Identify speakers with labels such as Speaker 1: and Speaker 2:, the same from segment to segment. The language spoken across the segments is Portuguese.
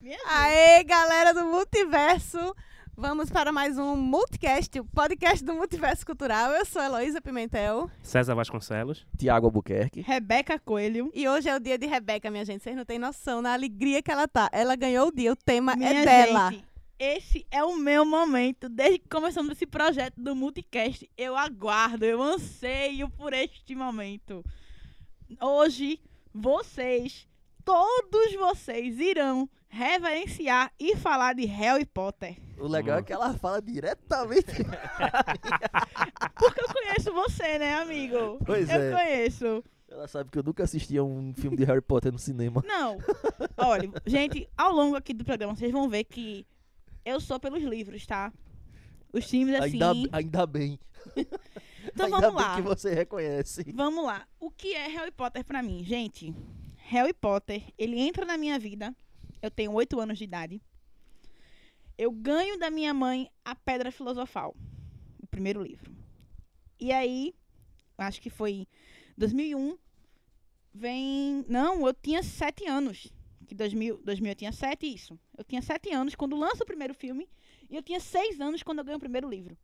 Speaker 1: Minha
Speaker 2: Aê, galera do Multiverso! Vamos para mais um Multicast, o podcast do Multiverso Cultural. Eu sou Heloísa Pimentel
Speaker 3: César Vasconcelos.
Speaker 4: Tiago Albuquerque.
Speaker 1: Rebeca Coelho.
Speaker 2: e hoje é o dia de Rebeca, minha gente. Vocês não têm noção da alegria que ela tá. Ela ganhou o dia, o tema
Speaker 1: Minha
Speaker 2: é dela.
Speaker 1: gente, esse é o meu momento. Desde que começamos esse projeto do Multicast, eu aguardo, eu anseio por este momento. Hoje, vocês, todos vocês, irão reverenciar e falar de Harry Potter.
Speaker 4: O legal é que ela fala diretamente.
Speaker 1: Porque eu conheço você, né, amigo?
Speaker 4: Pois
Speaker 1: eu
Speaker 4: é.
Speaker 1: conheço.
Speaker 4: Ela sabe que eu nunca assisti a um filme de Harry Potter no cinema.
Speaker 1: Não. Olha, gente, ao longo aqui do programa, vocês vão ver que eu sou pelos livros, tá? Os times assim.
Speaker 4: Ainda, ainda bem.
Speaker 1: Então
Speaker 4: ainda
Speaker 1: vamos
Speaker 4: bem
Speaker 1: lá.
Speaker 4: que você reconhece.
Speaker 1: Vamos lá. O que é Harry Potter pra mim, gente? Harry Potter, ele entra na minha vida. Eu tenho oito anos de idade. Eu ganho da minha mãe a Pedra Filosofal, o primeiro livro. E aí, acho que foi em 2001, vem... Não, eu tinha sete anos. Que 2000, 2000 eu tinha sete, isso. Eu tinha sete anos quando lança o primeiro filme. E eu tinha seis anos quando eu ganho o primeiro livro.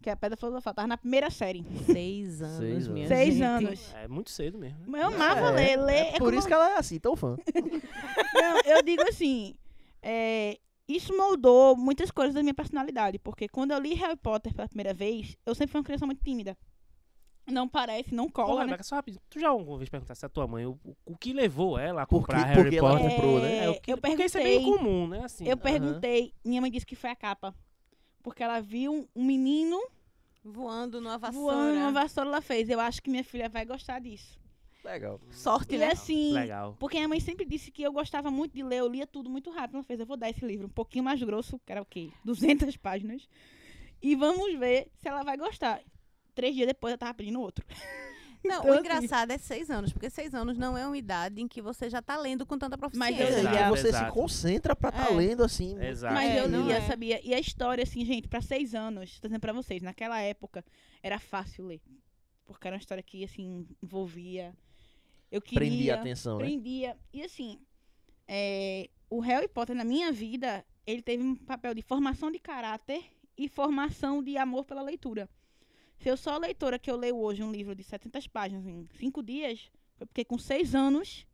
Speaker 1: Que é a Pedra Filosofal. Tava na primeira série.
Speaker 2: Seis anos,
Speaker 4: Seis
Speaker 2: minha
Speaker 4: anos.
Speaker 1: Seis
Speaker 2: gente.
Speaker 1: anos.
Speaker 3: É muito cedo mesmo.
Speaker 1: Eu amava
Speaker 4: É,
Speaker 1: ler, ler. é
Speaker 4: Por
Speaker 1: como-
Speaker 4: isso que ela é assim, tão fã.
Speaker 1: Não, eu digo assim, é, isso moldou muitas coisas da minha personalidade, porque quando eu li Harry Potter pela primeira vez, eu sempre fui uma criança muito tímida. Não parece, não
Speaker 3: Ô,
Speaker 1: cola, né?
Speaker 3: Rebeca, só rapidinho. Tu já alguma vez perguntasse à tua mãe o, o- o que levou ela a
Speaker 4: Por que-
Speaker 3: comprar
Speaker 4: por
Speaker 3: Harry
Speaker 4: que ela
Speaker 3: Potter?
Speaker 4: comprou, né?
Speaker 1: É,
Speaker 3: o que-
Speaker 1: eu
Speaker 3: porque isso é meio
Speaker 1: perguntei-
Speaker 3: comum, né? Assim,
Speaker 1: Eu
Speaker 3: né?
Speaker 1: perguntei, minha mãe disse que foi a capa. Porque ela viu um- um menino
Speaker 2: Voando numa vassoura.
Speaker 1: voando uma vassoura, ela fez. Eu acho que minha filha vai gostar disso.
Speaker 4: Legal.
Speaker 2: Sorte,
Speaker 1: E
Speaker 2: né?
Speaker 1: assim,
Speaker 3: Legal.
Speaker 1: porque minha mãe sempre disse que eu gostava muito de ler, eu lia tudo muito rápido. Ela fez, eu vou dar esse livro um pouquinho mais grosso, que era o quê? 200 páginas. E vamos ver se ela vai gostar. Três dias depois eu tava pedindo outro.
Speaker 2: Não,
Speaker 1: Então,
Speaker 2: o
Speaker 1: assim-
Speaker 2: engraçado é seis anos, porque seis anos não é uma idade em que você já tá lendo com tanta
Speaker 1: Mas
Speaker 2: proficiência.
Speaker 1: eu
Speaker 4: É, e
Speaker 1: já-
Speaker 4: que você se
Speaker 3: exato.
Speaker 4: concentra pra tá
Speaker 1: É.
Speaker 4: lendo assim.
Speaker 3: Exato.
Speaker 1: Mas
Speaker 2: É,
Speaker 1: eu
Speaker 2: não
Speaker 1: lia,
Speaker 2: é.
Speaker 1: sabia? E a história, assim, gente, pra seis anos, tô dizendo pra vocês, naquela época era fácil ler. Porque era uma história que, assim, envolvia. Eu queria.
Speaker 4: Prendia a atenção, né?
Speaker 1: Prendia. E assim, é, o Harry Potter na minha vida, ele teve um papel de formação de caráter e formação de amor pela leitura. Se eu sou a leitora que eu leio hoje um livro de 700 páginas em 5 dias, foi porque com 6 anos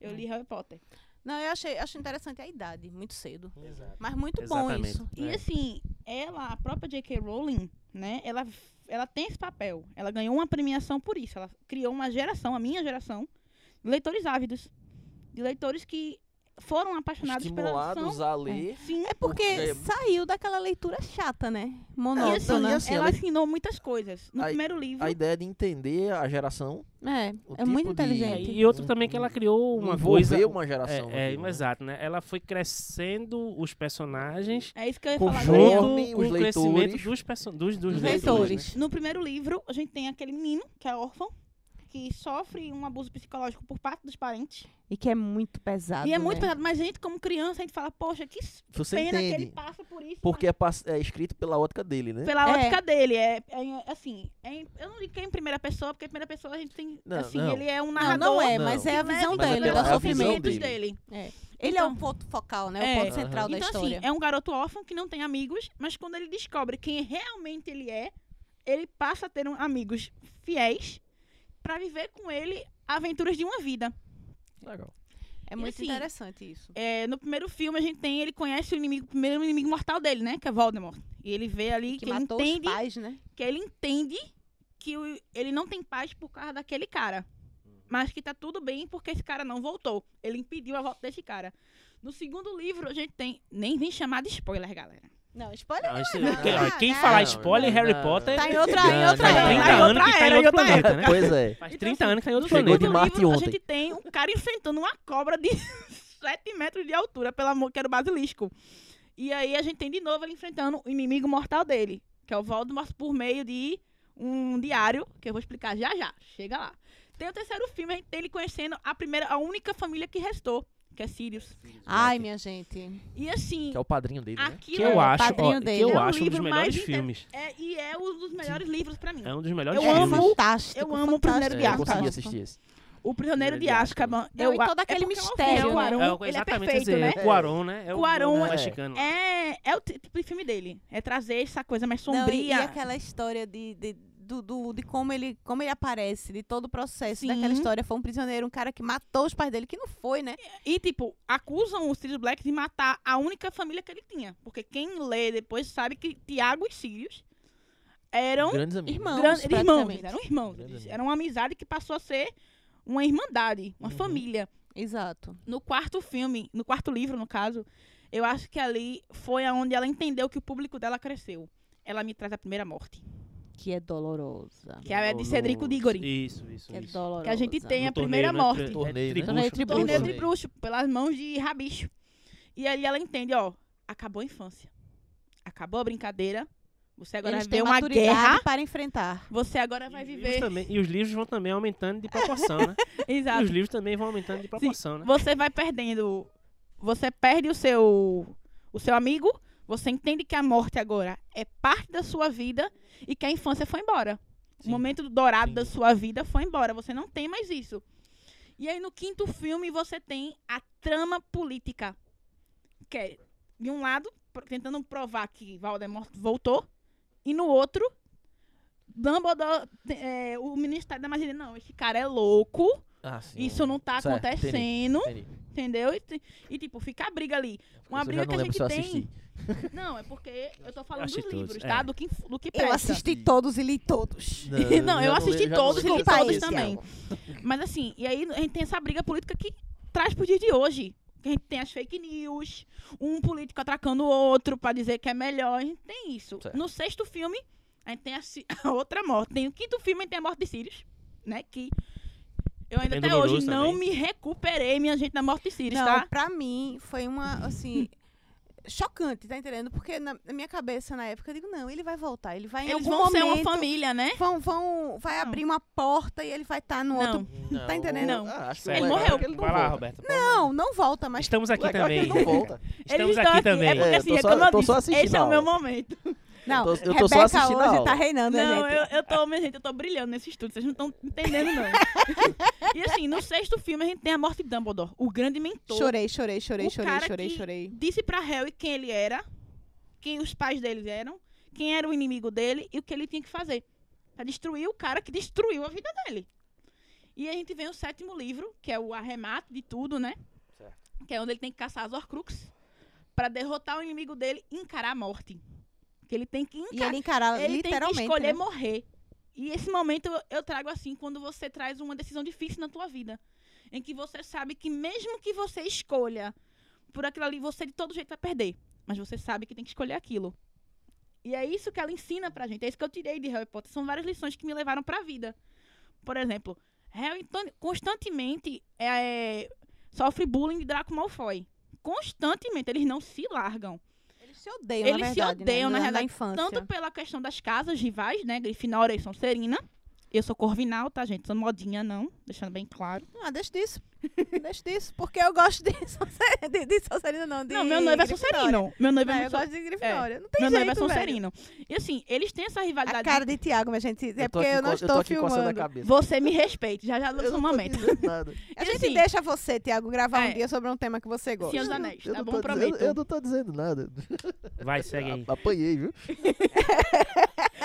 Speaker 1: eu
Speaker 4: É.
Speaker 1: li Harry Potter.
Speaker 2: Não, eu achei, acho interessante a idade, muito cedo.
Speaker 3: Exato.
Speaker 2: Mas muito bom
Speaker 3: Exatamente.
Speaker 2: isso.
Speaker 1: E
Speaker 3: É.
Speaker 1: assim, ela, a própria J.K. Rowling, né, ela, ela tem esse papel. Ela ganhou uma premiação por isso. Ela criou uma geração, a minha geração, de leitores ávidos. De leitores que foram apaixonados pela
Speaker 4: Estimulados
Speaker 1: ação.
Speaker 4: a ler.
Speaker 1: Sim.
Speaker 2: É porque
Speaker 4: Porque-
Speaker 2: saiu daquela leitura chata, né?
Speaker 4: Não,
Speaker 1: e assim,
Speaker 2: Monótona.
Speaker 4: e assim,
Speaker 1: ela
Speaker 4: ela-
Speaker 1: ensinou muitas coisas. No
Speaker 4: A-
Speaker 1: primeiro livro,
Speaker 4: A ideia de entender a geração.
Speaker 2: É,
Speaker 4: O
Speaker 2: é muito
Speaker 4: tipo de-
Speaker 2: inteligente.
Speaker 3: E, e outro também é que ela criou uma
Speaker 4: envolver
Speaker 3: coisa.
Speaker 4: uma geração.
Speaker 3: é, é,
Speaker 4: naquilo, né?
Speaker 3: exato, né? Ela foi crescendo os personagens
Speaker 1: é isso que eu ia falar
Speaker 4: Conjunto.
Speaker 1: agora.
Speaker 3: junto com
Speaker 4: os
Speaker 3: o crescimento
Speaker 4: leitores.
Speaker 3: dos, perso- dos, dos
Speaker 2: Dos
Speaker 3: leitores. né?
Speaker 2: leitores.
Speaker 1: No primeiro livro, a gente tem aquele menino, que é órfão, que sofre um abuso psicológico por parte dos parentes.
Speaker 2: E que é muito pesado.
Speaker 1: e é muito
Speaker 2: né?
Speaker 1: pesado, mas a gente, como criança, a gente fala, poxa, que s-
Speaker 4: Você
Speaker 1: pena que ele
Speaker 4: entende.
Speaker 1: passa por isso.
Speaker 4: Porque é, pass- é escrito pela ótica dele, né?
Speaker 1: mas Pela
Speaker 2: É.
Speaker 1: ótica dele, é, é, assim, é em- eu não digo que é em primeira pessoa, porque em primeira pessoa a gente tem,
Speaker 4: Não,
Speaker 1: assim,
Speaker 4: não.
Speaker 1: ele é um
Speaker 2: Não,
Speaker 1: narrador.
Speaker 2: não é,
Speaker 4: Não.
Speaker 2: mas é a
Speaker 1: que leva
Speaker 2: visão
Speaker 1: os
Speaker 4: Mas é
Speaker 2: dele,
Speaker 4: pela-
Speaker 2: da
Speaker 1: pelos
Speaker 4: é a visão
Speaker 2: sofrimento.
Speaker 1: sofrimentos
Speaker 4: dele.
Speaker 2: Ele é
Speaker 1: Então-
Speaker 2: o ponto focal, né?
Speaker 1: É.
Speaker 2: O ponto central da
Speaker 1: Então, assim,
Speaker 2: história.
Speaker 1: é um garoto órfão que não tem amigos, mas quando ele descobre quem realmente ele é, ele passa a ter um- amigos fiéis pra viver com ele aventuras de uma vida.
Speaker 4: Legal.
Speaker 2: É, muito
Speaker 1: assim,
Speaker 2: interessante isso.
Speaker 1: É, no primeiro filme, a gente tem, ele conhece o inimigo, o primeiro inimigo mortal dele, né? Que é Voldemort. E ele vê ali
Speaker 2: Que,
Speaker 1: que, ele
Speaker 2: matou
Speaker 1: entende,
Speaker 2: os pais, né?
Speaker 1: que ele entende que o- ele não tem paz por causa daquele cara. Mas que tá tudo bem porque esse cara não voltou. Ele impediu a volta desse cara. No segundo livro, a gente tem. Nem vem chamar de spoiler, galera.
Speaker 2: Não, spoiler
Speaker 3: Não, Ah, isso- é
Speaker 2: não,
Speaker 3: quem- ó,
Speaker 2: não,
Speaker 3: quem
Speaker 2: não,
Speaker 3: falar
Speaker 4: não,
Speaker 3: spoiler
Speaker 4: não,
Speaker 3: Harry
Speaker 4: não.
Speaker 3: Potter.
Speaker 2: Tá em outra,
Speaker 4: Não,
Speaker 2: em
Speaker 4: não,
Speaker 2: outra
Speaker 3: Faz
Speaker 4: não,
Speaker 2: era.
Speaker 3: 30
Speaker 1: Tá em outra
Speaker 3: anos que tá
Speaker 1: era,
Speaker 3: em
Speaker 1: em
Speaker 3: outro
Speaker 1: outra
Speaker 3: planeta, né?
Speaker 4: Pois é.
Speaker 3: Faz
Speaker 1: Então,
Speaker 3: 30
Speaker 1: assim,
Speaker 3: anos que tá em outro
Speaker 4: chegou
Speaker 1: No
Speaker 3: planeta.
Speaker 4: Chegou de
Speaker 1: livro,
Speaker 4: Marte
Speaker 1: a
Speaker 4: ontem.
Speaker 1: gente tem um cara enfrentando uma cobra de 7 metros de altura, pelo amor que era o basilisco. E aí a gente tem de novo ele enfrentando o inimigo mortal dele, que é o Voldemort, por meio de um diário, que eu vou explicar já já. Chega lá. Tem o terceiro filme, a gente tem ele conhecendo a primeira, a única família que restou, que é Sirius.
Speaker 2: Ai, minha gente.
Speaker 1: E assim,
Speaker 4: Que é o padrinho dele, né?
Speaker 1: aquilo
Speaker 3: Que eu
Speaker 2: é,
Speaker 3: acho, ó,
Speaker 2: padrinho
Speaker 3: que
Speaker 2: dele.
Speaker 3: eu
Speaker 1: É o
Speaker 3: acho um dos
Speaker 1: livro mais
Speaker 3: melhores
Speaker 1: inter-
Speaker 3: filmes.
Speaker 1: é, e é um dos melhores livros pra mim.
Speaker 3: É um dos melhores
Speaker 1: Eu
Speaker 2: é
Speaker 3: filmes.
Speaker 1: amo-
Speaker 2: fantástico.
Speaker 1: eu amo o primeiro
Speaker 2: fantástico,
Speaker 4: É,
Speaker 1: Guiar,
Speaker 4: eu consegui
Speaker 2: fantástico.
Speaker 4: assistir esse.
Speaker 1: O Prisioneiro de
Speaker 3: Prisioneiro
Speaker 4: é
Speaker 3: de
Speaker 1: Azkaban.
Speaker 2: Não,
Speaker 1: eu
Speaker 2: e
Speaker 1: a-
Speaker 2: todo
Speaker 1: é
Speaker 2: aquele
Speaker 1: porque é um
Speaker 2: mistério,
Speaker 1: filme,
Speaker 2: né?
Speaker 1: o Cuarón,
Speaker 3: É, o-
Speaker 1: ele é
Speaker 3: exatamente
Speaker 1: perfeito,
Speaker 3: esse-
Speaker 1: né?
Speaker 3: O Cuarón, né? É o
Speaker 1: Cuarón
Speaker 3: é.
Speaker 4: é-
Speaker 3: mexicano.
Speaker 1: É, é o tipo de filme dele. É trazer essa coisa mais
Speaker 2: Não, e-
Speaker 1: sombria.
Speaker 2: e aquela história de, de, do, do- de como, ele, como ele aparece, de todo o processo daquela
Speaker 1: Sim.
Speaker 2: história. Foi um prisioneiro, um cara que matou os pais dele, que não foi, né?
Speaker 1: E, tipo, acusam o Sirius Black de matar a única família que ele tinha. Porque quem lê depois sabe que Tiago e Sirius eram
Speaker 4: Grandes amigos.
Speaker 2: Irmãos,
Speaker 1: gran- eles irmãos.
Speaker 2: praticamente.
Speaker 1: eles Eram irmãos.
Speaker 4: Grandes
Speaker 1: Eles
Speaker 4: amigos.
Speaker 1: Era um uma amizade que passou a ser uma irmandade, uma
Speaker 4: Uhum.
Speaker 1: família.
Speaker 2: Exato.
Speaker 1: No quarto filme, no quarto livro, no caso, eu acho que ali foi aonde ela entendeu que o público dela cresceu. Ela me traz a primeira morte.
Speaker 2: Que é dolorosa.
Speaker 1: Que é a de Cedrico Diggory.
Speaker 3: Isso, isso,
Speaker 2: Que é
Speaker 3: isso.
Speaker 2: dolorosa.
Speaker 1: Que a gente tem
Speaker 3: No
Speaker 1: a primeira
Speaker 3: torneio, né?
Speaker 1: morte.
Speaker 3: Tri-
Speaker 4: Torneio, né?
Speaker 3: tribucho,
Speaker 2: Torneio
Speaker 3: tribucho.
Speaker 2: tribucho.
Speaker 1: Torneio de
Speaker 4: Torneio.
Speaker 1: bruxo, pelas mãos de rabicho. E ali ela entende, ó, acabou a infância. Acabou a brincadeira. Você agora
Speaker 2: Eles
Speaker 1: vai
Speaker 2: têm
Speaker 1: ver uma
Speaker 2: maturidade
Speaker 1: guerra.
Speaker 2: para enfrentar.
Speaker 1: Você agora vai
Speaker 3: E os livros
Speaker 1: viver.
Speaker 3: também- e os livros vão também aumentando de proporção, né? E os
Speaker 1: Exato.
Speaker 3: livros também vão aumentando de proporção, né?
Speaker 1: Você vai perdendo. Você perde o seu o seu amigo. Você entende que a morte agora é parte da sua vida e que a infância foi embora. O
Speaker 4: Sim.
Speaker 1: momento dourado
Speaker 4: Sim.
Speaker 1: da sua vida foi embora. Você não tem mais isso. E aí no quinto filme você tem a trama política. Que é, de um lado, pro- tentando provar que Voldemort voltou. E no outro, Dumbledore, te- é, o Ministério da Magia, não, esse cara é louco.
Speaker 4: Ah, sim.
Speaker 1: Isso não tá
Speaker 4: Certo,
Speaker 1: acontecendo,
Speaker 4: Entendi.
Speaker 1: entendeu? E, ti- e, tipo, fica a briga ali. Uma
Speaker 4: Isso eu
Speaker 1: briga
Speaker 4: já não
Speaker 1: que a
Speaker 4: lembro se eu
Speaker 1: gente
Speaker 4: assisti.
Speaker 1: tem. Não, é porque eu tô falando
Speaker 3: assisti
Speaker 1: dos livros,
Speaker 3: todos,
Speaker 1: tá?
Speaker 3: é.
Speaker 1: Do que, do que
Speaker 2: Eu
Speaker 1: presta.
Speaker 2: assisti todos e li todos.
Speaker 4: Não,
Speaker 1: Não, eu
Speaker 4: já
Speaker 1: assisti
Speaker 4: lembro- já
Speaker 1: todos,
Speaker 4: lembro
Speaker 1: li
Speaker 4: se eu
Speaker 2: Desculpa
Speaker 1: todos
Speaker 2: aí,
Speaker 4: assisti.
Speaker 1: também. Mas assim, e aí a gente tem essa briga política que traz pro dia de hoje. Que a gente tem as fake news, um político atracando o outro pra dizer que é melhor. A gente tem isso.
Speaker 4: Certo.
Speaker 1: No sexto filme, a gente tem a, si- a outra morte. Tem o quinto filme, a gente tem a morte de Sirius, né? Que eu ainda
Speaker 3: Bem
Speaker 1: até hoje
Speaker 3: doloroso
Speaker 1: não
Speaker 3: também.
Speaker 1: me recuperei, minha gente, da morte de Sirius,
Speaker 2: Não,
Speaker 1: tá?
Speaker 2: pra mim foi uma, assim, chocante, tá entendendo? Porque na, na minha cabeça, na época, eu digo, não, ele vai voltar, ele vai em
Speaker 1: Eles
Speaker 2: algum
Speaker 1: vão
Speaker 2: momento...
Speaker 1: ser uma família, né?
Speaker 2: Vão, vão, vai
Speaker 1: Não.
Speaker 2: abrir uma porta e ele vai estar no outro...
Speaker 1: Não,
Speaker 4: Não.
Speaker 2: Tá entendendo?
Speaker 1: Não.
Speaker 4: Ah, acho que
Speaker 3: Certo.
Speaker 4: o
Speaker 1: Ele
Speaker 4: legal é
Speaker 1: morreu.
Speaker 4: que Ele não
Speaker 3: Vai lá,
Speaker 4: volta.
Speaker 3: Roberto.
Speaker 2: Não,
Speaker 4: Então,
Speaker 2: não volta, mas
Speaker 3: Estamos aqui
Speaker 4: O legal é que
Speaker 3: também.
Speaker 4: ele não volta.
Speaker 1: Eles
Speaker 3: Estamos
Speaker 1: estão
Speaker 3: aqui
Speaker 1: É
Speaker 3: também.
Speaker 1: porque
Speaker 4: É, eu
Speaker 1: assim,
Speaker 4: tô
Speaker 1: é
Speaker 4: só-
Speaker 1: como eu
Speaker 4: eu tô
Speaker 1: disse,
Speaker 4: só assistindo
Speaker 1: esse
Speaker 4: a
Speaker 1: é o
Speaker 4: aula.
Speaker 1: meu momento.
Speaker 2: Não,
Speaker 4: Eu tô- eu
Speaker 2: Rebeca
Speaker 4: tô só assistindo a
Speaker 2: hoje
Speaker 4: aula.
Speaker 2: tá reinando, né,
Speaker 1: Não,
Speaker 2: gente.
Speaker 1: eu, eu tô, minha gente, eu tô brilhando nesse estudo, vocês não estão entendendo, não. e assim, no sexto filme a gente tem a morte de Dumbledore, o grande mentor.
Speaker 2: Chorei, chorei, chorei,
Speaker 1: O
Speaker 2: chorei,
Speaker 1: cara
Speaker 2: chorei,
Speaker 1: que-
Speaker 2: chorei.
Speaker 1: Disse pra Harry quem ele era, quem os pais dele eram, quem era o inimigo dele e o que ele tinha que fazer. Pra destruir o cara que destruiu a vida dele. E a gente vem o sétimo livro, que é o arremate de tudo, né?
Speaker 4: Certo.
Speaker 1: Que é onde ele tem que caçar as Horcruxes pra derrotar o inimigo dele e encarar a morte. Que ele tem que
Speaker 2: E
Speaker 1: encarar
Speaker 2: ele encarar
Speaker 1: ele tem que
Speaker 2: literalmente.
Speaker 1: escolher
Speaker 2: né?
Speaker 1: morrer. E esse momento eu- eu trago assim quando você traz uma decisão difícil na tua vida, em que você sabe que mesmo que você escolha por aquilo ali, você de todo jeito vai perder, mas você sabe que tem que escolher aquilo. E é isso que ela ensina pra gente, é isso que eu tirei de Harry Potter, são várias lições que me levaram pra vida. Por exemplo, Harry então, constantemente é, sofre bullying de Draco Malfoy. Constantemente, eles não se largam.
Speaker 2: Eles se odeiam, na
Speaker 1: Eles se
Speaker 2: verdade, né?
Speaker 1: odeiam, na
Speaker 2: Na-
Speaker 1: realidade,
Speaker 2: infância.
Speaker 1: Tanto pela questão das casas rivais, né? Grifinória e Sonserina. Eu sou Corvinal, tá, gente? Sou modinha, não. Deixando bem claro.
Speaker 2: Ah, deixa disso. deixa disso, porque eu gosto de Sonserina, de, de Sonserina não, de
Speaker 1: não, meu noivo é
Speaker 2: Grifinória.
Speaker 1: Sonserino. Meu noivo
Speaker 2: Não,
Speaker 1: é,
Speaker 2: eu
Speaker 1: Son-
Speaker 2: gosto de Grifinória. Não tem
Speaker 1: meu noivo
Speaker 2: jeito,
Speaker 1: é
Speaker 2: velho.
Speaker 1: Sonserino. E assim, eles têm essa
Speaker 2: A
Speaker 1: rivalidade.
Speaker 2: cara de Tiago, mas gente, é
Speaker 4: Eu tô
Speaker 2: porque
Speaker 4: aqui
Speaker 2: eu não
Speaker 4: co-
Speaker 2: estou
Speaker 4: tô aqui coçando
Speaker 2: filmando.
Speaker 4: a cabeça.
Speaker 1: Você me respeite, já já
Speaker 4: Eu
Speaker 1: lança um
Speaker 4: não tô
Speaker 1: momento.
Speaker 4: dizendo nada.
Speaker 2: A
Speaker 1: E
Speaker 2: gente
Speaker 1: assim-
Speaker 2: deixa você, Tiago, gravar
Speaker 1: É.
Speaker 2: um dia sobre um tema que você gosta.
Speaker 1: Senhor dos Anéis,
Speaker 4: Eu
Speaker 1: tá
Speaker 4: não
Speaker 1: bom?
Speaker 4: tô dizendo-
Speaker 1: Prometo.
Speaker 4: Eu não tô dizendo nada.
Speaker 3: Vai, segue aí.
Speaker 4: A- Apanhei, viu?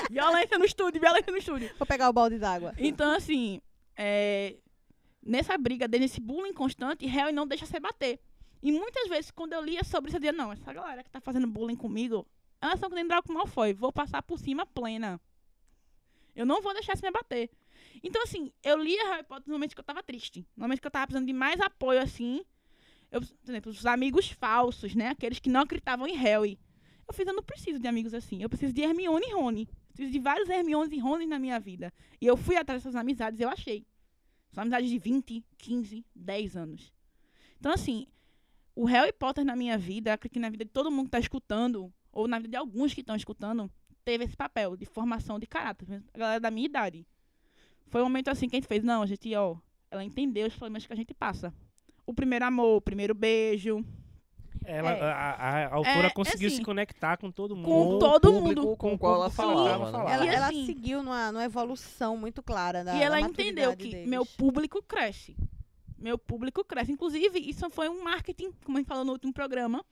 Speaker 1: Violência no estúdio, violência no estúdio.
Speaker 2: Vou pegar o balde d'água.
Speaker 1: Então, assim, é, nessa briga dele, nesse bullying constante, Harry não deixa se bater. E muitas vezes, quando eu lia sobre isso, eu dizia, não, essa galera que tá fazendo bullying comigo, elas são que nem Draco Malfoy, vou passar por cima plena. Eu não vou deixar se me bater. Então, assim, eu lia Harry Potter no momento que eu tava triste. No momento que eu tava precisando de mais apoio, assim. Eu, por exemplo, os amigos falsos, né? Aqueles que não acreditavam em Harry. Eu fiz, eu não preciso de amigos assim. Eu preciso de Hermione e Rony. Preciso de vários Hermiones e Rony na minha vida. E eu fui atrás dessas amizades e eu achei. São amizades de 20, 15, 10 anos. Então, assim, o Harry Potter na minha vida, acredito que na vida de todo mundo que está escutando, ou na vida de alguns que estão escutando, teve esse papel de formação de caráter. mesmo A galera da minha idade. Foi um momento assim que a gente fez, não, a gente, ó, ela entendeu os problemas que a gente passa. O primeiro amor, o primeiro beijo.
Speaker 3: Ela,
Speaker 1: É.
Speaker 3: a, a- a autora
Speaker 1: É,
Speaker 3: conseguiu
Speaker 1: assim,
Speaker 3: se conectar com todo mundo.
Speaker 1: Com
Speaker 4: o
Speaker 1: todo
Speaker 4: público
Speaker 1: mundo.
Speaker 4: com o qual ela
Speaker 3: Sim,
Speaker 4: falava.
Speaker 3: ela
Speaker 4: né?
Speaker 3: falava.
Speaker 2: Ela,
Speaker 1: E
Speaker 2: ela
Speaker 1: assim-
Speaker 2: seguiu numa, numa evolução muito clara da
Speaker 1: e ela
Speaker 2: da
Speaker 1: entendeu
Speaker 2: maturidade
Speaker 1: que
Speaker 2: deles.
Speaker 1: meu público cresce. Meu público cresce. Inclusive, isso foi um marketing, como a gente falou no último programa,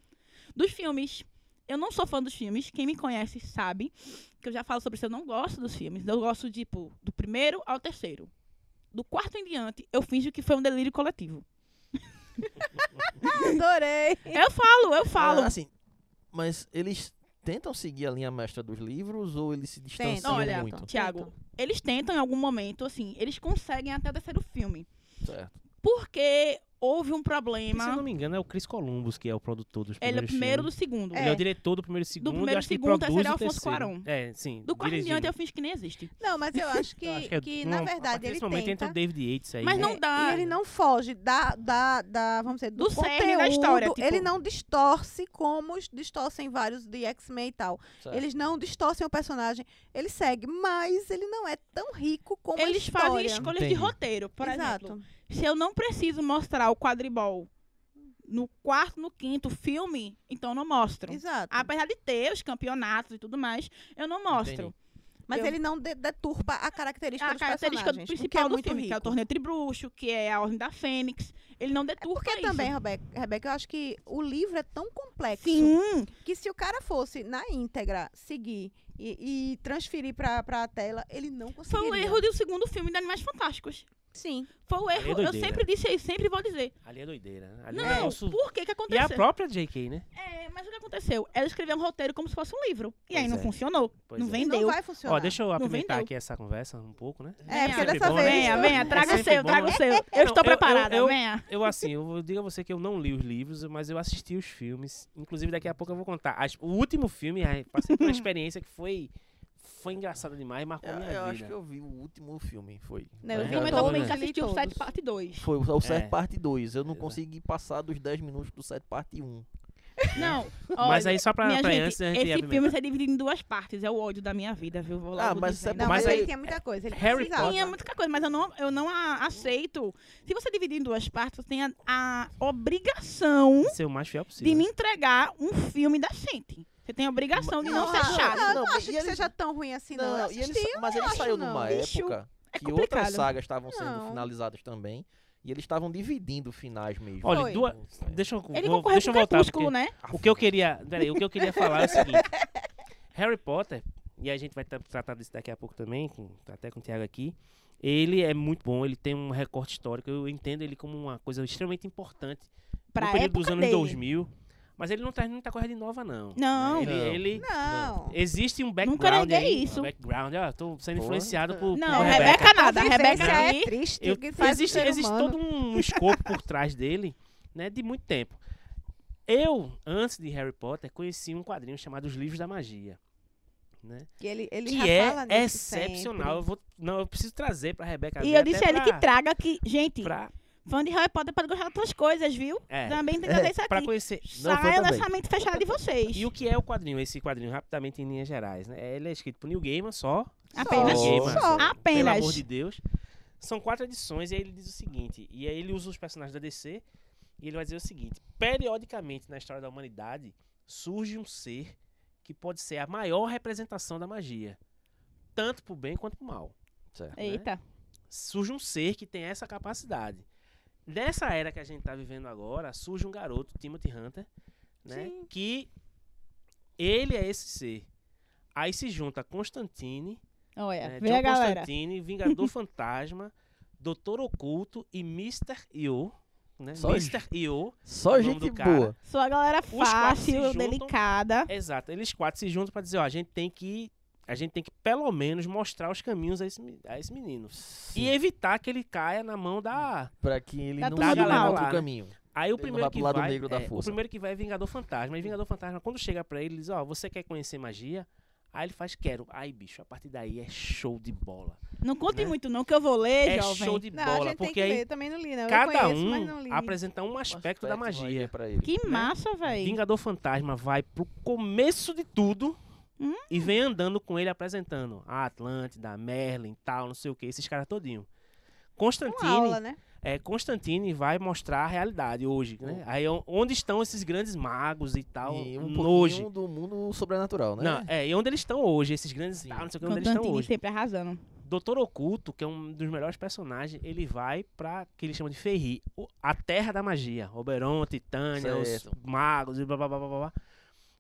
Speaker 1: dos filmes. Eu não sou fã dos filmes. Quem me conhece sabe que eu já falo sobre isso. Eu não gosto dos filmes. Eu gosto, tipo, do primeiro ao terceiro. Do quarto em diante, eu finjo que foi um delírio coletivo.
Speaker 2: Adorei.
Speaker 1: Eu falo, eu falo.
Speaker 4: Ah, assim, mas eles tentam seguir a linha mestra dos livros ou eles se distanciam
Speaker 1: Olha,
Speaker 4: muito?
Speaker 1: Tiago, eles tentam em algum momento, assim, eles conseguem até o terceiro filme.
Speaker 4: Certo.
Speaker 1: Porque houve um
Speaker 3: E, Se eu não
Speaker 1: problema.
Speaker 3: me engano, é o Chris Columbus que é o produtor dos
Speaker 1: Ele é
Speaker 3: primeiros
Speaker 1: o primeiro do
Speaker 3: filmes.
Speaker 1: segundo.
Speaker 3: Ele é o diretor do primeiro e segundo. e
Speaker 1: primeiro
Speaker 3: acho que
Speaker 1: segundo, o
Speaker 3: produz
Speaker 1: terceiro é
Speaker 3: o
Speaker 1: Alfonso
Speaker 3: terceiro.
Speaker 1: Cuarón.
Speaker 3: É, sim.
Speaker 1: Do quarto em
Speaker 3: dirigindo.
Speaker 1: diante eu finjo que nem existe.
Speaker 2: Não, mas eu acho que,
Speaker 3: Eu acho
Speaker 2: que,
Speaker 3: é
Speaker 2: na
Speaker 3: uma- a
Speaker 2: verdade
Speaker 3: partir
Speaker 2: ele
Speaker 3: desse momento entra o
Speaker 2: tenta.
Speaker 3: David Yates aí.
Speaker 1: Mas
Speaker 3: né?
Speaker 1: não dá.
Speaker 2: E ele não foge da, da, da vamos dizer, do,
Speaker 1: Do
Speaker 2: conteúdo.
Speaker 1: cerne da história, tipo-
Speaker 2: Ele não distorce como os distorcem vários de X-Men e tal.
Speaker 4: certo.
Speaker 2: Eles não distorcem o personagem. Ele segue, mas ele não é tão rico como a
Speaker 1: Eles
Speaker 2: história.
Speaker 1: fazem escolhas de
Speaker 3: Entendi.
Speaker 1: roteiro. Por
Speaker 2: Exato.
Speaker 1: exemplo, se eu não preciso mostrar o quadribol no quarto, no quinto filme, então não mostro.
Speaker 2: Exato.
Speaker 1: Apesar de ter os campeonatos e tudo mais, eu não mostro.
Speaker 4: Entendi.
Speaker 2: Mas
Speaker 1: eu-
Speaker 2: ele não de- deturpa a característica
Speaker 1: A
Speaker 2: dos
Speaker 1: característica do
Speaker 2: personagens, o que é
Speaker 1: principal do
Speaker 2: muito
Speaker 1: filme, que é o
Speaker 2: rico. É
Speaker 1: torneio tribruxo, que é a Ordem da Fênix, ele não deturpa
Speaker 2: Porque
Speaker 1: isso.
Speaker 2: também, Rebeca, Rebeca, eu acho que o livro é tão complexo
Speaker 1: Sim,
Speaker 2: que se o cara fosse na íntegra seguir e, e transferir pra, pra tela, ele não
Speaker 3: um
Speaker 1: foi
Speaker 2: conseguiria.
Speaker 1: o erro do segundo filme de Animais Fantásticos.
Speaker 2: Sim.
Speaker 1: Foi o erro, eu
Speaker 3: É doideira.
Speaker 1: sempre disse isso, sempre vou dizer.
Speaker 3: Ali é doideira. né? Ali é um
Speaker 1: Não,
Speaker 3: negócio-
Speaker 1: por que
Speaker 3: E
Speaker 1: que
Speaker 3: a
Speaker 1: aconteceu?
Speaker 3: própria J.K., né?
Speaker 1: É, mas o que aconteceu? Ela escreveu um roteiro como se fosse um livro. E aí
Speaker 3: Pois
Speaker 1: não
Speaker 3: é.
Speaker 1: funcionou.
Speaker 3: Pois
Speaker 1: não
Speaker 3: é.
Speaker 2: E
Speaker 1: vendeu.
Speaker 2: Não vai funcionar.
Speaker 3: Ó, deixa eu apimentar
Speaker 1: vendeu.
Speaker 3: aqui essa conversa um pouco, né?
Speaker 2: É, porque
Speaker 3: sempre
Speaker 2: dessa
Speaker 3: bom, né?
Speaker 2: vez...
Speaker 1: Venha,
Speaker 2: tô-
Speaker 1: venha, traga o
Speaker 3: sempre
Speaker 1: seu,
Speaker 3: bom,
Speaker 1: traga o
Speaker 3: né?
Speaker 1: seu. Eu
Speaker 3: Não,
Speaker 1: estou
Speaker 3: eu- eu-
Speaker 1: preparada,
Speaker 3: eu-
Speaker 1: venha.
Speaker 3: Eu, assim, eu vou- digo a você que eu não li os livros, mas eu assisti os filmes. Inclusive, daqui a pouco eu vou contar. As- o último filme, ai, passei por uma experiência que foi, foi engraçada demais, marcou
Speaker 4: Eu,
Speaker 3: minha
Speaker 4: É, eu
Speaker 3: vida.
Speaker 4: acho que eu vi o último filme, foi.
Speaker 2: Não, eu
Speaker 4: Mas
Speaker 2: vi
Speaker 4: já
Speaker 1: Como eu
Speaker 4: tô-
Speaker 1: tô
Speaker 2: todos,
Speaker 1: bem que
Speaker 2: né?
Speaker 1: assistiu o
Speaker 2: Li
Speaker 1: 7
Speaker 2: todos.
Speaker 1: parte 2.
Speaker 4: Foi o 7
Speaker 3: É.
Speaker 4: parte 2. Eu não
Speaker 3: Exato.
Speaker 4: consegui passar dos 10 minutos do 7 parte 1.
Speaker 1: Não, olha,
Speaker 3: Mas aí, só pra,
Speaker 1: minha
Speaker 3: pra
Speaker 1: gente,
Speaker 3: antes da gente
Speaker 1: esse
Speaker 3: apimentar.
Speaker 1: filme é dividido em duas partes. É o ódio da minha vida, viu? Vou logo
Speaker 4: Ah, mas
Speaker 1: dizendo.
Speaker 4: isso é
Speaker 2: Não,
Speaker 4: Mas
Speaker 2: mas
Speaker 4: aí-
Speaker 2: ele tinha muita coisa. Ele
Speaker 3: Harry
Speaker 2: precisava.
Speaker 1: Sim, é muita coisa, mas eu não, eu não a- aceito. Se você dividir em duas partes, você tem a, a obrigação
Speaker 3: ser o mais fiel
Speaker 1: um de
Speaker 3: possível.
Speaker 1: me entregar um filme da gente. Você tem a obrigação de não
Speaker 2: Não,
Speaker 1: ser
Speaker 2: não,
Speaker 1: chato.
Speaker 2: Não, eu não
Speaker 4: Não,
Speaker 2: acho
Speaker 4: e
Speaker 2: que
Speaker 4: ele-
Speaker 2: seja tão ruim assim, não. Eu
Speaker 4: e ele,
Speaker 2: assisti,
Speaker 4: sa- mas ele
Speaker 2: acho,
Speaker 4: saiu
Speaker 2: não.
Speaker 4: numa
Speaker 1: Bicho,
Speaker 4: época
Speaker 1: é
Speaker 4: que outras
Speaker 1: complicado.
Speaker 4: sagas estavam sendo
Speaker 2: Não.
Speaker 4: finalizadas também. E eles estavam dividindo finais mesmo.
Speaker 3: Olha,
Speaker 2: Foi.
Speaker 3: duas. Deixa eu,
Speaker 1: Ele
Speaker 3: vou,
Speaker 1: concorreu
Speaker 3: deixa eu
Speaker 1: com o
Speaker 3: voltar.
Speaker 1: Crepúsculo,
Speaker 3: Porque
Speaker 1: né?
Speaker 3: o que eu queria. Peraí, o que eu queria falar é o seguinte: Harry Potter, e a gente vai tra- tratar disso daqui a pouco também, com- até com o Thiago aqui. Ele é muito bom, ele tem um recorte histórico. Eu entendo ele como uma coisa extremamente importante
Speaker 1: Pra
Speaker 3: no período
Speaker 1: época
Speaker 3: dos anos
Speaker 1: dele.
Speaker 3: 2000. Mas ele não traz muita coisa de nova, não.
Speaker 1: Não.
Speaker 3: Ele,
Speaker 4: Não.
Speaker 3: ele-
Speaker 2: Não.
Speaker 3: existe um background
Speaker 1: neguei
Speaker 3: aí,
Speaker 1: isso.
Speaker 3: Um background, ó, tô sendo
Speaker 4: Pô.
Speaker 3: influenciado por,
Speaker 1: Não,
Speaker 3: por
Speaker 1: Rebeca,
Speaker 3: Tá Rebeca.
Speaker 1: nada. Rebeca
Speaker 2: Vivência
Speaker 4: né?
Speaker 1: aí.
Speaker 2: é triste.
Speaker 3: Eu-
Speaker 2: o que faz
Speaker 3: existe
Speaker 2: o ser
Speaker 3: existe
Speaker 2: humano.
Speaker 3: todo um escopo por trás dele, né, de muito tempo. Eu, antes de Harry Potter, conheci um quadrinho chamado Os Livros da Magia, né?
Speaker 2: Que, ele, ele
Speaker 3: Que
Speaker 2: já fala
Speaker 3: é
Speaker 2: nisso
Speaker 3: excepcional. Eu vou, não, eu preciso trazer pra Rebeca
Speaker 1: E
Speaker 3: ver
Speaker 1: eu
Speaker 3: até
Speaker 1: disse a ele
Speaker 3: pra-
Speaker 1: que traga que. Gente,
Speaker 3: pra-
Speaker 1: fã de Harry Potter pode gostar de outras coisas, viu?
Speaker 3: é,
Speaker 1: Também tem que fazer isso
Speaker 3: pra
Speaker 1: tá aqui.
Speaker 3: conhecer.
Speaker 4: Não, foi
Speaker 1: Saiam
Speaker 4: também.
Speaker 1: dessa mente fechada de vocês.
Speaker 3: E o que é o quadrinho? Esse quadrinho, rapidamente em linhas gerais, né? Ele é escrito por Neil Gaiman só.
Speaker 1: Apenas.
Speaker 4: Só.
Speaker 3: Neil Gaiman,
Speaker 2: Só.
Speaker 1: Apenas.
Speaker 3: Pelo amor de Deus. São quatro edições e aí ele diz o seguinte, e aí ele usa os personagens da DC e ele vai dizer o seguinte, periodicamente na história da humanidade surge um ser que pode ser a maior representação da magia, tanto pro bem quanto pro mal né?
Speaker 4: Certo.
Speaker 1: Eita.
Speaker 3: surge um ser que tem essa capacidade. Nessa era que a gente tá vivendo agora, surge um garoto, Timothy Hunter, né?
Speaker 2: Sim.
Speaker 3: Que ele é esse ser. Aí se junta Constantine,
Speaker 1: Olha,
Speaker 3: né,
Speaker 1: vê
Speaker 3: John
Speaker 1: É, a galera.
Speaker 3: Constantine, Vingador Fantasma, Doutor Oculto e Mr. Io, né?
Speaker 4: Só isso.
Speaker 3: Mr. Io.
Speaker 4: Só
Speaker 3: O nome
Speaker 4: gente
Speaker 3: do cara.
Speaker 4: boa.
Speaker 1: Sou a galera
Speaker 3: quatro se
Speaker 1: fácil,
Speaker 3: juntam.
Speaker 1: delicada.
Speaker 3: Exato. Eles quatro se juntam pra dizer, ó, a gente tem que a gente tem que pelo menos mostrar os caminhos a esse, me- a esse menino. E
Speaker 4: Sim,
Speaker 3: evitar que ele caia na mão da
Speaker 4: pra que ele
Speaker 1: Tá
Speaker 4: não
Speaker 1: tudo
Speaker 4: siga
Speaker 1: mal.
Speaker 4: um
Speaker 3: Lá,
Speaker 4: outro
Speaker 3: né?
Speaker 4: caminho.
Speaker 3: Aí o
Speaker 4: Ele não
Speaker 3: primeiro
Speaker 4: vai pro
Speaker 3: que
Speaker 4: lado
Speaker 3: vai,
Speaker 4: negro da
Speaker 3: é, o
Speaker 4: força.
Speaker 3: primeiro que vai é Vingador Fantasma. E Vingador Fantasma, quando chega pra ele, ele diz: "Ó, você quer conhecer magia?" Aí ele faz: "Quero". Aí, bicho, a partir daí é show de bola.
Speaker 1: Não conte
Speaker 3: Né?
Speaker 1: muito, não, que eu vou ler,
Speaker 3: é
Speaker 1: jovem.
Speaker 3: show de
Speaker 2: Não, a
Speaker 3: bola,
Speaker 2: gente tem
Speaker 3: porque
Speaker 2: que
Speaker 3: aí
Speaker 2: ler. Também não li, não.
Speaker 3: cada
Speaker 2: eu conheço, mas não li.
Speaker 3: um apresenta um aspecto, da magia.
Speaker 4: Pra ele.
Speaker 1: Que
Speaker 3: né?
Speaker 1: massa, velho.
Speaker 3: Vingador Fantasma vai pro começo de tudo
Speaker 1: Hum.
Speaker 3: e vem andando com ele apresentando a Atlântida, a Merlin, tal, não sei o que, esses caras todinho.
Speaker 2: Uma aula,
Speaker 3: Constantine
Speaker 2: né?
Speaker 3: é, Constantine vai mostrar a realidade hoje, né? Aí on- onde estão esses grandes magos e tal
Speaker 4: E um
Speaker 3: hoje?
Speaker 4: pouquinho do mundo sobrenatural, né?
Speaker 3: Não, é, e onde eles estão hoje, esses grandes
Speaker 4: Sim.
Speaker 3: tal, não sei o que, onde eles estão
Speaker 1: Constantine
Speaker 3: hoje.
Speaker 1: sempre arrasando.
Speaker 3: Doutor Oculto, que é um dos melhores personagens, ele vai pra que eles chamam de Ferri, o- a terra da magia. Oberon, Titânia, os
Speaker 4: Certo.
Speaker 3: magos e blá blá blá blá blá.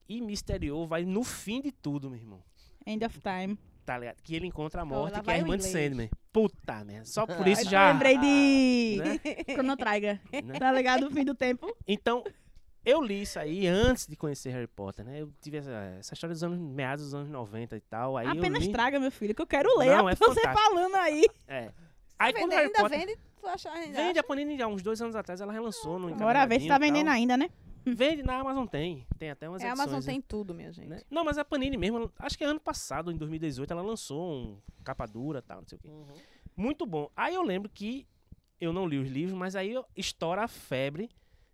Speaker 3: E Misterio vai no fim de tudo, meu irmão.
Speaker 1: End of time.
Speaker 3: Tá ligado? Que ele encontra a
Speaker 2: Pô,
Speaker 3: morte,
Speaker 2: lá
Speaker 3: que é a
Speaker 2: vai o
Speaker 3: irmã de
Speaker 2: inglês.
Speaker 3: Sandman. Puta, né? Só por
Speaker 4: Ah,
Speaker 3: isso
Speaker 1: Eu
Speaker 3: já.
Speaker 1: lembrei de
Speaker 3: né?
Speaker 1: Chrono Trigger.
Speaker 3: Né?
Speaker 1: Tá ligado? O fim do tempo.
Speaker 3: Então, eu li isso aí antes de conhecer Harry Potter, né? Eu tive essa, essa história dos anos meados dos anos 90 e tal. Aí eu
Speaker 1: Apenas
Speaker 3: li,
Speaker 1: traga, meu filho, que eu quero ler.
Speaker 3: Não, é
Speaker 1: você
Speaker 3: fantástico.
Speaker 1: falando aí.
Speaker 3: É. Aí quando
Speaker 2: Vende-
Speaker 3: Harry
Speaker 2: ainda
Speaker 3: Potter.
Speaker 2: vende, tu acha ainda?
Speaker 3: Vende a Panini há uns dois anos atrás, ela relançou no
Speaker 1: Bora ver se
Speaker 3: encadernadinho
Speaker 1: tá
Speaker 3: e
Speaker 1: vendendo
Speaker 3: tal.
Speaker 1: ainda, né?
Speaker 3: Vende na Amazon tem. Tem até umas
Speaker 2: É, a
Speaker 3: edições,
Speaker 2: Amazon
Speaker 3: né?
Speaker 2: tem tudo, minha gente.
Speaker 3: Né? Não, mas a Panini mesmo, ela- acho que é ano passado, em 2018, ela lançou um capa dura tal, não sei o quê.
Speaker 4: Uhum.
Speaker 3: Muito bom. Aí eu lembro que eu não li os livros, mas aí eu- estoura a febre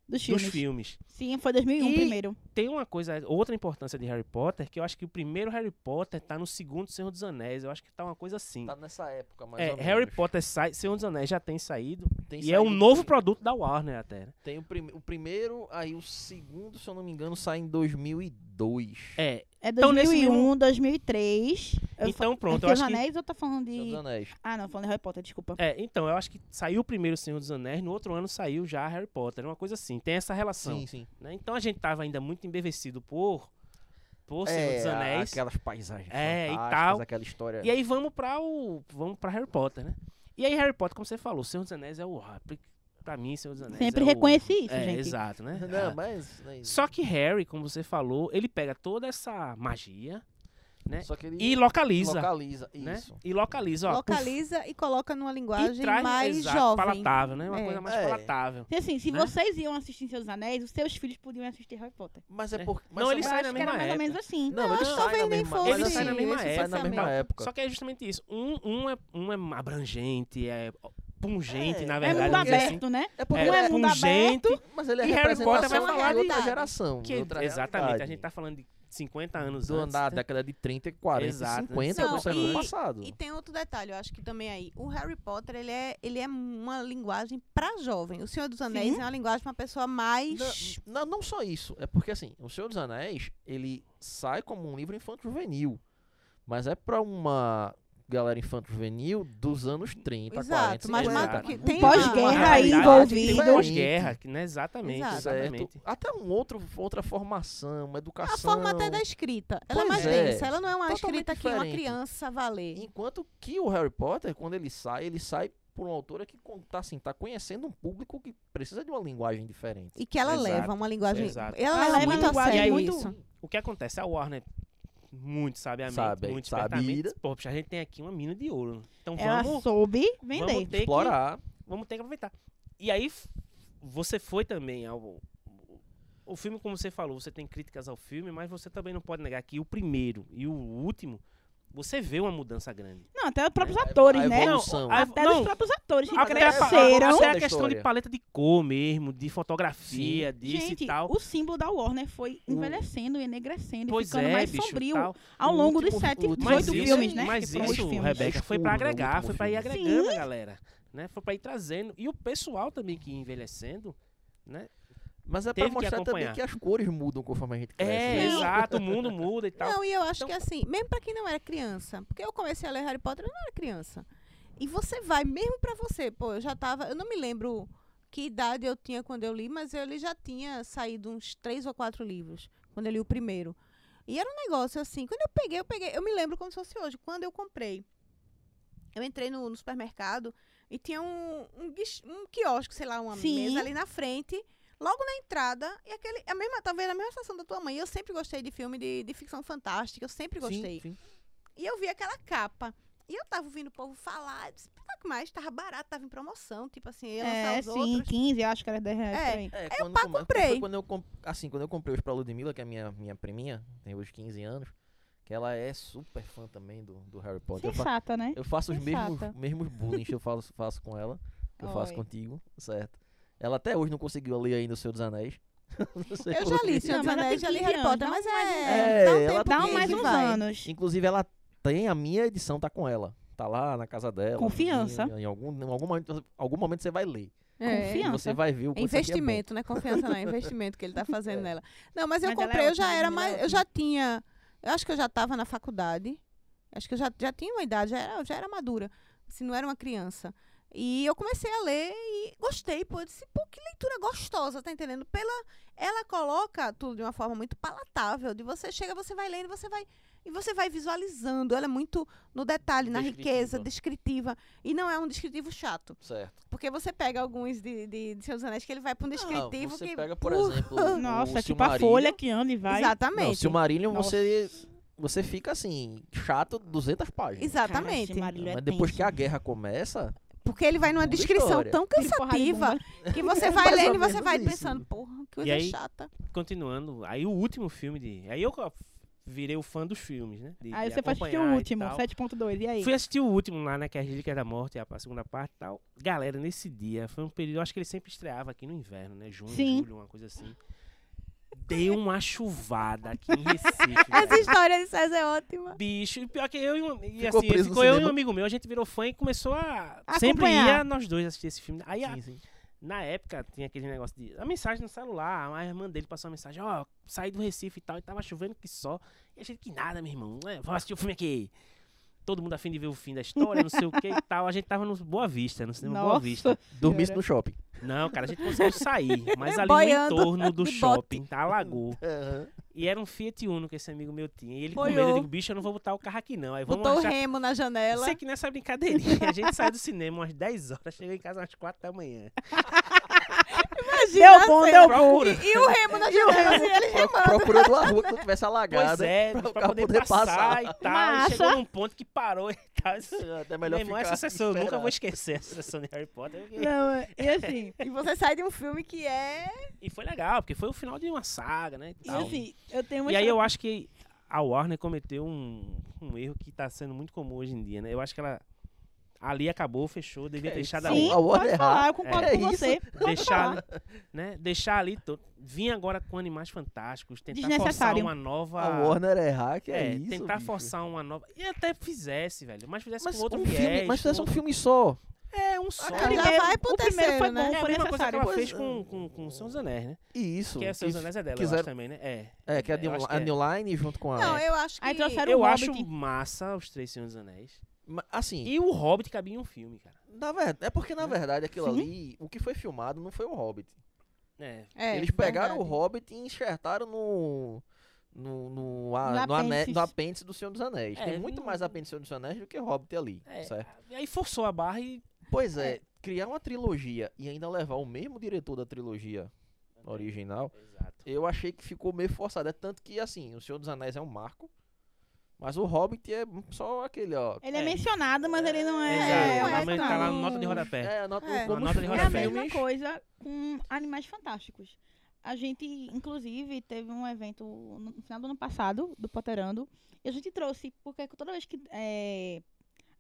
Speaker 1: Dos filmes.
Speaker 3: dos filmes.
Speaker 1: Sim, foi 2001
Speaker 3: E-
Speaker 1: primeiro.
Speaker 3: Tem uma coisa, outra importância de Harry Potter, que eu acho que o primeiro Harry Potter tá no segundo Senhor dos Anéis. Eu acho que tá uma coisa assim.
Speaker 4: Tá nessa época, mais
Speaker 3: É,
Speaker 4: ou menos.
Speaker 3: Harry Potter sai, Senhor dos Anéis já tem saído.
Speaker 4: Tem
Speaker 3: e é um
Speaker 4: saído-
Speaker 3: novo produto da Warner até, né?
Speaker 4: Tem o, prime- o primeiro, aí o segundo, se eu não me engano, sai em 2002.
Speaker 3: É,
Speaker 1: É
Speaker 3: Então, nesse
Speaker 1: 2001, 2003. Eu fa- é
Speaker 3: então pronto, eu
Speaker 1: Senhor dos
Speaker 3: acho que
Speaker 1: Anéis, eu tô falando
Speaker 4: Senhor
Speaker 1: de...
Speaker 4: dos Anéis.
Speaker 1: Ah, não, falando de Harry Potter, desculpa.
Speaker 3: É, então, eu acho que saiu o primeiro Senhor dos Anéis, no outro ano saiu já Harry Potter. É uma coisa assim, tem essa relação.
Speaker 4: Sim, sim.
Speaker 3: né? Então a gente tava ainda muito embevecido por, por Senhor dos
Speaker 4: É, a-
Speaker 3: Anéis.
Speaker 4: Aquelas paisagens
Speaker 3: É, e
Speaker 4: fantásticas,
Speaker 3: tal.
Speaker 4: aquela história. né?
Speaker 3: E aí vamos pra o. Vamos pra Harry Potter, né? E aí, Harry Potter, como você falou, Senhor dos Anéis é o. Pra, pra mim, Senhor dos Anéis.
Speaker 1: Sempre
Speaker 3: é o-
Speaker 1: reconheci isso,
Speaker 3: é,
Speaker 1: gente.
Speaker 3: Exato, né?
Speaker 4: Não,
Speaker 3: Ah,
Speaker 4: mas... né,
Speaker 3: Só que Harry, como você falou, ele pega toda essa magia né,
Speaker 4: só que ele
Speaker 3: e localiza.
Speaker 4: localiza,
Speaker 3: né?
Speaker 4: isso.
Speaker 3: E localiza, ó.
Speaker 2: Localiza e coloca numa
Speaker 3: puf,
Speaker 2: linguagem
Speaker 3: e traz,
Speaker 2: mais
Speaker 3: exato,
Speaker 2: jovem.
Speaker 3: palatável, né? Uma
Speaker 2: É.
Speaker 3: coisa mais
Speaker 4: É.
Speaker 3: palatável.
Speaker 1: Então, assim, se
Speaker 3: Né?
Speaker 1: vocês iam assistir Senhor dos Anéis, os seus filhos podiam assistir Harry Potter.
Speaker 4: Mas é
Speaker 3: Né?
Speaker 4: porque...
Speaker 3: Não,
Speaker 4: mas
Speaker 3: ele
Speaker 1: eu
Speaker 3: sai
Speaker 1: acho
Speaker 3: na
Speaker 1: que era
Speaker 3: mesma
Speaker 1: mais ou menos
Speaker 3: época.
Speaker 1: assim.
Speaker 4: Não, ele
Speaker 2: acho que
Speaker 4: sai
Speaker 2: talvez
Speaker 4: na
Speaker 2: nem
Speaker 4: mesma,
Speaker 2: fosse
Speaker 4: mas
Speaker 3: Ele sai
Speaker 4: assim,
Speaker 3: na mesma
Speaker 4: sai na
Speaker 3: época.
Speaker 4: mesma
Speaker 3: Não,
Speaker 4: época.
Speaker 3: Só que é justamente isso. Um, um, é, um é abrangente, é pungente,
Speaker 4: É.
Speaker 3: na
Speaker 4: É
Speaker 1: É
Speaker 3: verdade.
Speaker 1: mundo
Speaker 3: vamos dizer assim.
Speaker 1: aberto, né?
Speaker 4: É
Speaker 1: porque
Speaker 3: é
Speaker 1: é mundo
Speaker 3: pungente,
Speaker 4: Mas ele é
Speaker 3: E Harry Potter vai
Speaker 4: representação
Speaker 2: falar
Speaker 4: de outra
Speaker 2: de-
Speaker 4: geração. de
Speaker 3: que-
Speaker 4: outra
Speaker 3: exatamente. A
Speaker 4: realidade.
Speaker 3: gente tá falando de 50 anos
Speaker 4: do,
Speaker 3: antes.
Speaker 4: na
Speaker 3: né?
Speaker 4: década de 30, 40,
Speaker 3: Exato, né?
Speaker 4: 50
Speaker 2: Não,
Speaker 4: do século
Speaker 2: e-
Speaker 4: passado.
Speaker 2: E tem outro detalhe, eu acho que também aí. O Harry Potter, ele é, ele é uma linguagem pra jovem. O Senhor dos Anéis
Speaker 1: Sim.
Speaker 2: é uma linguagem pra uma pessoa mais...
Speaker 4: Na- na- não só isso, é porque assim, O Senhor dos Anéis, ele sai como um livro infanto-juvenil, mas é pra uma galera infanto-juvenil dos anos 30,
Speaker 2: Exato,
Speaker 4: 40,
Speaker 2: mas
Speaker 4: 50,
Speaker 3: uma-
Speaker 2: que
Speaker 4: um
Speaker 2: tem
Speaker 3: Uma
Speaker 1: Pós-guerra aí
Speaker 3: realidade
Speaker 1: envolvido.
Speaker 3: de Pós-guerra, que- né? Exatamente,
Speaker 2: Exato.
Speaker 3: exatamente.
Speaker 4: Certo. Até um outro, outra formação, uma educação.
Speaker 2: A forma até da escrita. Ela é
Speaker 4: Pois
Speaker 2: mais
Speaker 4: é.
Speaker 2: densa. Ela não é uma
Speaker 4: Totalmente
Speaker 2: escrita que uma
Speaker 4: diferente.
Speaker 2: criança vá ler.
Speaker 4: Enquanto que o Harry Potter, quando ele sai, ele sai por uma autora que con- tá, assim, tá conhecendo um público que precisa de uma linguagem diferente.
Speaker 2: E que ela
Speaker 3: Exato,
Speaker 2: leva uma linguagem...
Speaker 3: exato. Ah,
Speaker 2: Ela,
Speaker 1: Ela
Speaker 2: leva
Speaker 1: leva
Speaker 2: muito a
Speaker 1: linguagem
Speaker 2: sério
Speaker 3: muito-
Speaker 2: isso.
Speaker 3: O que acontece? A Warner, muito sabiamente,
Speaker 4: Sabe,
Speaker 3: muito
Speaker 4: sabida.
Speaker 3: espertamente. Pô, poxa, a gente tem aqui uma mina de ouro. Então
Speaker 1: Ela
Speaker 3: vamos,
Speaker 1: É, ah, soube
Speaker 3: vamos,
Speaker 1: vender.
Speaker 3: ter que,
Speaker 4: Explorar.
Speaker 3: vamos ter que aproveitar. E aí, f- você foi também ao... O filme, como você falou, você tem críticas ao filme, mas você também não pode negar que o primeiro e o último, você vê uma mudança grande.
Speaker 1: Não, até os próprios
Speaker 4: A evo-
Speaker 1: atores,
Speaker 4: a
Speaker 1: né?
Speaker 4: evolução.
Speaker 3: a-
Speaker 1: Até
Speaker 3: É, não,
Speaker 1: os próprios atores que
Speaker 3: Até a, pa-
Speaker 1: cresceram.
Speaker 3: até é a
Speaker 4: Da
Speaker 3: questão de
Speaker 4: história.
Speaker 3: paleta de cor mesmo, de fotografia, disso
Speaker 1: Gente,
Speaker 3: e tal.
Speaker 1: o símbolo da Warner foi
Speaker 3: O-
Speaker 1: envelhecendo e enegrecendo e
Speaker 3: Pois
Speaker 1: ficando
Speaker 3: é,
Speaker 1: mais
Speaker 3: bicho,
Speaker 1: sombrio
Speaker 3: tal.
Speaker 1: ao
Speaker 4: O
Speaker 1: longo
Speaker 4: último-
Speaker 1: dos sete,
Speaker 4: o último-
Speaker 1: oito
Speaker 3: Mas
Speaker 4: oito
Speaker 3: isso,
Speaker 1: filmes, né?
Speaker 3: mas
Speaker 1: que foram os
Speaker 3: isso
Speaker 1: filmes.
Speaker 3: Rebeca, foi pra
Speaker 4: Escuro, né, o
Speaker 3: agregar,
Speaker 4: último
Speaker 3: foi pra ir
Speaker 4: filme.
Speaker 3: agregando a galera, né? Foi pra ir trazendo. E o pessoal também que ia envelhecendo, né?
Speaker 4: Mas é
Speaker 3: Teve
Speaker 4: pra
Speaker 3: que
Speaker 4: mostrar também
Speaker 3: acompanhar.
Speaker 4: que as cores mudam conforme a gente cresce.
Speaker 3: É,
Speaker 4: né?
Speaker 2: Não.
Speaker 3: exato, o mundo muda e tal.
Speaker 2: Não, e eu acho
Speaker 3: Então-
Speaker 2: que assim, mesmo pra quem não era criança, porque eu comecei a ler Harry Potter, eu não era criança. E você vai, mesmo pra você, pô, eu já tava, eu não me lembro que idade eu tinha quando eu li, mas ele já tinha saído uns três ou quatro livros, quando eu li o primeiro. E era um negócio assim, quando eu peguei, eu peguei, eu me lembro como se fosse hoje, quando eu comprei. Eu entrei no, no supermercado e tinha um, um, guich- um quiosque, sei lá, uma
Speaker 1: Sim.
Speaker 2: mesa ali na frente, logo na entrada, e aquele, a mesma, talvez a mesma sensação da tua mãe. Eu sempre gostei de filme de, de ficção fantástica, eu sempre
Speaker 4: Sim,
Speaker 2: gostei.
Speaker 4: sim.
Speaker 2: E eu vi aquela capa. E eu tava ouvindo o povo falar, eu disse, "Puta que mais, tava barato, tava em promoção, tipo assim, ia lançar
Speaker 1: É,
Speaker 2: os
Speaker 1: sim,
Speaker 2: outros.
Speaker 1: 15, eu acho que era 10 reais
Speaker 2: É.
Speaker 1: por aí.
Speaker 4: É, quando
Speaker 2: pá,
Speaker 4: come- foi
Speaker 2: comprei.
Speaker 4: Quando eu, com- assim, quando eu comprei os pra Ludmilla, que é a minha, minha priminha, tem hoje 15 anos, que ela é super fã também do, do Harry Potter. Eu, fa-
Speaker 1: Sensata, né?
Speaker 4: eu faço os mesmos,
Speaker 1: Sensata.
Speaker 4: mesmos bullying que eu faço, faço com ela, que eu faço
Speaker 1: Oi.
Speaker 4: contigo, certo? Ela até hoje não conseguiu ler ainda o Senhor dos Anéis. Não sei
Speaker 2: Eu já
Speaker 4: por
Speaker 2: li,
Speaker 4: quê.
Speaker 2: Senhor dos
Speaker 1: Não, mas ela
Speaker 2: Anéis,
Speaker 1: tem
Speaker 2: já li
Speaker 1: 15
Speaker 2: Harry
Speaker 1: anos,
Speaker 2: Potter,
Speaker 1: dá
Speaker 2: mas
Speaker 1: mais um
Speaker 2: é,
Speaker 4: É,
Speaker 2: dá um
Speaker 4: ela
Speaker 2: tempo
Speaker 4: tem
Speaker 1: Dá
Speaker 2: que
Speaker 1: mais
Speaker 4: Ele
Speaker 1: uns
Speaker 2: vai.
Speaker 1: anos.
Speaker 4: Inclusive, ela tem a minha edição, tá com ela. Tá lá na casa dela.
Speaker 1: Confiança.
Speaker 4: Em, em algum, em algum, momento, algum momento você vai ler. E
Speaker 1: Confiança.
Speaker 4: você vai ver o
Speaker 2: É
Speaker 4: quanto isso aqui é bom.
Speaker 2: investimento, né? Confiança não, é investimento que ele tá fazendo nela. Não, mas eu
Speaker 1: Mas ela é
Speaker 2: comprei, eu já
Speaker 1: ótima,
Speaker 2: era
Speaker 1: ela é
Speaker 2: mais. Eu
Speaker 1: ótima.
Speaker 2: já tinha. Eu acho que eu já estava na faculdade. Acho que eu já, já tinha uma idade, já era, eu já era madura. Se não era uma criança. E eu comecei a ler e gostei, pô. Eu disse, pô, que leitura gostosa, tá entendendo? Pela, ela coloca tudo de uma forma muito palatável. De você chega, você vai lendo, você vai. E você vai visualizando. Ela é muito no detalhe, na riqueza, descritiva. E não é um descritivo chato.
Speaker 4: Certo.
Speaker 2: Porque você pega alguns de, de, de Seus Anéis que ele vai pra um descritivo
Speaker 4: você
Speaker 2: que.
Speaker 4: pega, por
Speaker 2: Uh,
Speaker 4: exemplo,
Speaker 1: Nossa,
Speaker 4: o
Speaker 1: tipo a
Speaker 4: Silmarillion.
Speaker 1: folha que anda e vai.
Speaker 2: Exatamente.
Speaker 4: Não, Silmarillion
Speaker 1: Nossa.
Speaker 4: você, você fica assim, chato 200 páginas.
Speaker 2: Exatamente.
Speaker 1: é
Speaker 3: é
Speaker 4: Mas depois que a guerra começa,
Speaker 2: Porque ele vai numa
Speaker 4: Muda a
Speaker 2: descrição
Speaker 4: história.
Speaker 2: tão cansativa que você vai
Speaker 4: Mais ou
Speaker 2: lendo e você
Speaker 4: menos
Speaker 2: vai
Speaker 4: isso.
Speaker 2: pensando, porra, que
Speaker 3: E
Speaker 2: coisa
Speaker 3: aí-
Speaker 2: chata.
Speaker 3: Continuando, aí o último filme de. Aí eu virei o fã dos filmes, né? De-
Speaker 1: Aí
Speaker 3: de
Speaker 1: você foi assistir
Speaker 3: acompanhar
Speaker 1: o
Speaker 3: e
Speaker 1: último,
Speaker 3: tal.
Speaker 1: 7.2. E aí?
Speaker 3: Fui assistir o último lá né, na Relíquias da Morte, a a segunda parte e tal. Galera, nesse dia, foi um período, eu acho que ele sempre estreava aqui no inverno, né? Junho,
Speaker 1: Sim.
Speaker 3: julho, uma coisa assim. Deu uma chuvada aqui em Recife.
Speaker 2: Essa
Speaker 3: velho.
Speaker 2: história de César é ótima.
Speaker 3: Bicho, e pior que eu e, um- e
Speaker 4: Ficou
Speaker 3: assim,
Speaker 4: preso no
Speaker 3: ficou eu e um
Speaker 4: cinema?
Speaker 3: amigo meu, a gente virou fã e começou a.
Speaker 1: Acompanhar.
Speaker 3: Sempre ia nós dois assistir esse filme. Aí, a-
Speaker 4: sim, sim.
Speaker 3: na época, tinha aquele negócio de. A mensagem no celular, a irmã dele passou uma mensagem: ó, saí do Recife e tal, e tava chovendo que só. E a gente, que nada, meu irmão, é, vamos assistir o filme aqui. Todo mundo afim de ver o fim da história, não sei o que e tal. A gente tava no Boa Vista, no cinema Boa
Speaker 1: Nossa.
Speaker 3: Vista. é
Speaker 4: dormisse no shopping.
Speaker 3: Não, cara, a gente conseguiu sair, mas ali
Speaker 2: Boiando,
Speaker 3: no entorno do
Speaker 2: de bote.
Speaker 3: shopping, tá alagou. E era um Fiat Uno que esse amigo meu tinha. E ele com medo, eu
Speaker 2: Boiou.
Speaker 3: digo, bicho, eu não vou botar o carro aqui não. Aí vamos
Speaker 2: Botou o
Speaker 3: achar...
Speaker 2: remo na janela.
Speaker 3: Sei que nessa brincadeirinha, a gente saiu do cinema umas 10 horas, chegou em casa umas 4 da manhã.
Speaker 1: Deu bom,
Speaker 2: César.
Speaker 1: deu bom.
Speaker 3: Procura.
Speaker 2: E o remo na janela, assim, ele
Speaker 4: Pro-
Speaker 2: remando.
Speaker 4: Procurando a rua que não tivesse
Speaker 3: Pois
Speaker 4: alagada.
Speaker 3: é,
Speaker 4: pra o
Speaker 3: pra,
Speaker 4: carro
Speaker 3: poder,
Speaker 4: poder
Speaker 3: passar,
Speaker 4: passar.
Speaker 3: e tal. E
Speaker 1: Massa.
Speaker 3: chegou num ponto que parou e tal.
Speaker 4: é, Até
Speaker 3: Meu
Speaker 4: melhor
Speaker 3: irmão,
Speaker 4: ficar
Speaker 3: essa sessão eu nunca
Speaker 4: esperar.
Speaker 3: vou esquecer, essa sessão de Harry Potter. porque-
Speaker 1: Não, é- e assim,
Speaker 2: E você sai de um filme que é.
Speaker 3: E foi legal, porque foi o final de uma saga, né? e
Speaker 1: e
Speaker 3: tal.
Speaker 1: assim, eu tenho uma
Speaker 3: E aí eu
Speaker 1: história-
Speaker 3: acho que a Warner cometeu um, um erro que tá sendo muito comum hoje em dia, né? Eu acho que ela ali acabou, fechou, devia
Speaker 4: Que
Speaker 3: ter
Speaker 4: é
Speaker 3: deixado
Speaker 4: isso?
Speaker 3: ali,
Speaker 1: Sim,
Speaker 4: A Warner
Speaker 1: pode
Speaker 4: errar.
Speaker 1: falar, eu concordo
Speaker 4: É
Speaker 1: com
Speaker 4: isso.
Speaker 1: você. Pode
Speaker 3: deixar,
Speaker 1: falar.
Speaker 3: né? Deixar ali to- Vim agora com Animais Fantásticos, tentar forçar
Speaker 1: Desnecessário.
Speaker 3: uma nova
Speaker 4: A Warner é hack, é,
Speaker 3: é,
Speaker 4: isso.
Speaker 3: tentar
Speaker 4: bicho.
Speaker 3: forçar uma nova. E até fizesse, velho, mas fizesse
Speaker 4: Mas
Speaker 3: com outro
Speaker 4: um
Speaker 3: viés.
Speaker 4: filme, mas
Speaker 3: com
Speaker 4: fizesse um Ah,
Speaker 3: outro-
Speaker 4: filme só.
Speaker 3: É, um só.
Speaker 2: cara,
Speaker 3: né?
Speaker 2: já vai pro
Speaker 1: o primeiro foi
Speaker 2: terceiro,
Speaker 1: bom,
Speaker 2: né?
Speaker 3: É a
Speaker 1: foi
Speaker 3: mesma coisa que
Speaker 1: necessário.
Speaker 3: ela
Speaker 4: Pois
Speaker 3: fez
Speaker 4: é.
Speaker 3: com, com, com o Senhor dos Anéis, né?
Speaker 4: Isso.
Speaker 3: Que é o Senhor dos Anéis é dela, eu
Speaker 4: quiseram-
Speaker 3: acho também, né? É.
Speaker 4: É, que é a,
Speaker 3: Eu
Speaker 4: New,
Speaker 3: acho que
Speaker 4: a
Speaker 3: é.
Speaker 4: New Line junto com a.
Speaker 2: Não, eu acho que.
Speaker 1: Aí trouxeram- Era o
Speaker 3: Eu acho
Speaker 1: Hobbit.
Speaker 3: massa os três Senhor dos Anéis.
Speaker 4: Ma- Assim,
Speaker 3: E o Hobbit cabia em um filme, cara.
Speaker 4: na verdade, é porque na verdade aquilo
Speaker 1: Sim.
Speaker 4: ali, o que foi filmado não foi o Hobbit.
Speaker 3: É.
Speaker 2: É,
Speaker 4: Eles pegaram
Speaker 2: verdade.
Speaker 4: o Hobbit e enxertaram no. No, no, a-
Speaker 1: No
Speaker 4: no ane-
Speaker 1: apêndice.
Speaker 4: no apêndice do Senhor dos Anéis.
Speaker 3: É,
Speaker 4: Tem muito
Speaker 3: não-
Speaker 4: mais apêndice do Senhor dos Anéis do que Hobbit ali,
Speaker 3: É.
Speaker 4: certo?
Speaker 3: E Aí forçou a barra e.
Speaker 4: Pois é, criar uma trilogia e ainda levar o mesmo diretor da trilogia original,
Speaker 3: Exato.
Speaker 4: eu achei que ficou meio forçado. É tanto que, assim, o Senhor dos Anéis é um marco, mas o Hobbit é só aquele, ó.
Speaker 1: Ele é,
Speaker 3: É.
Speaker 1: mencionado, mas ele não é.
Speaker 3: Exato.
Speaker 2: é,
Speaker 3: mas
Speaker 2: é,
Speaker 3: tá lá
Speaker 2: tá.
Speaker 3: na nota de rodapé.
Speaker 4: É, a nota,
Speaker 2: É.
Speaker 4: como
Speaker 3: Uma
Speaker 4: os
Speaker 3: nota de
Speaker 1: É
Speaker 4: filmes-
Speaker 1: a
Speaker 3: rodapé.
Speaker 1: mesma coisa com Animais Fantásticos. A gente, inclusive, teve um evento no final do ano passado, do Potterando, e a gente trouxe, porque toda vez que é,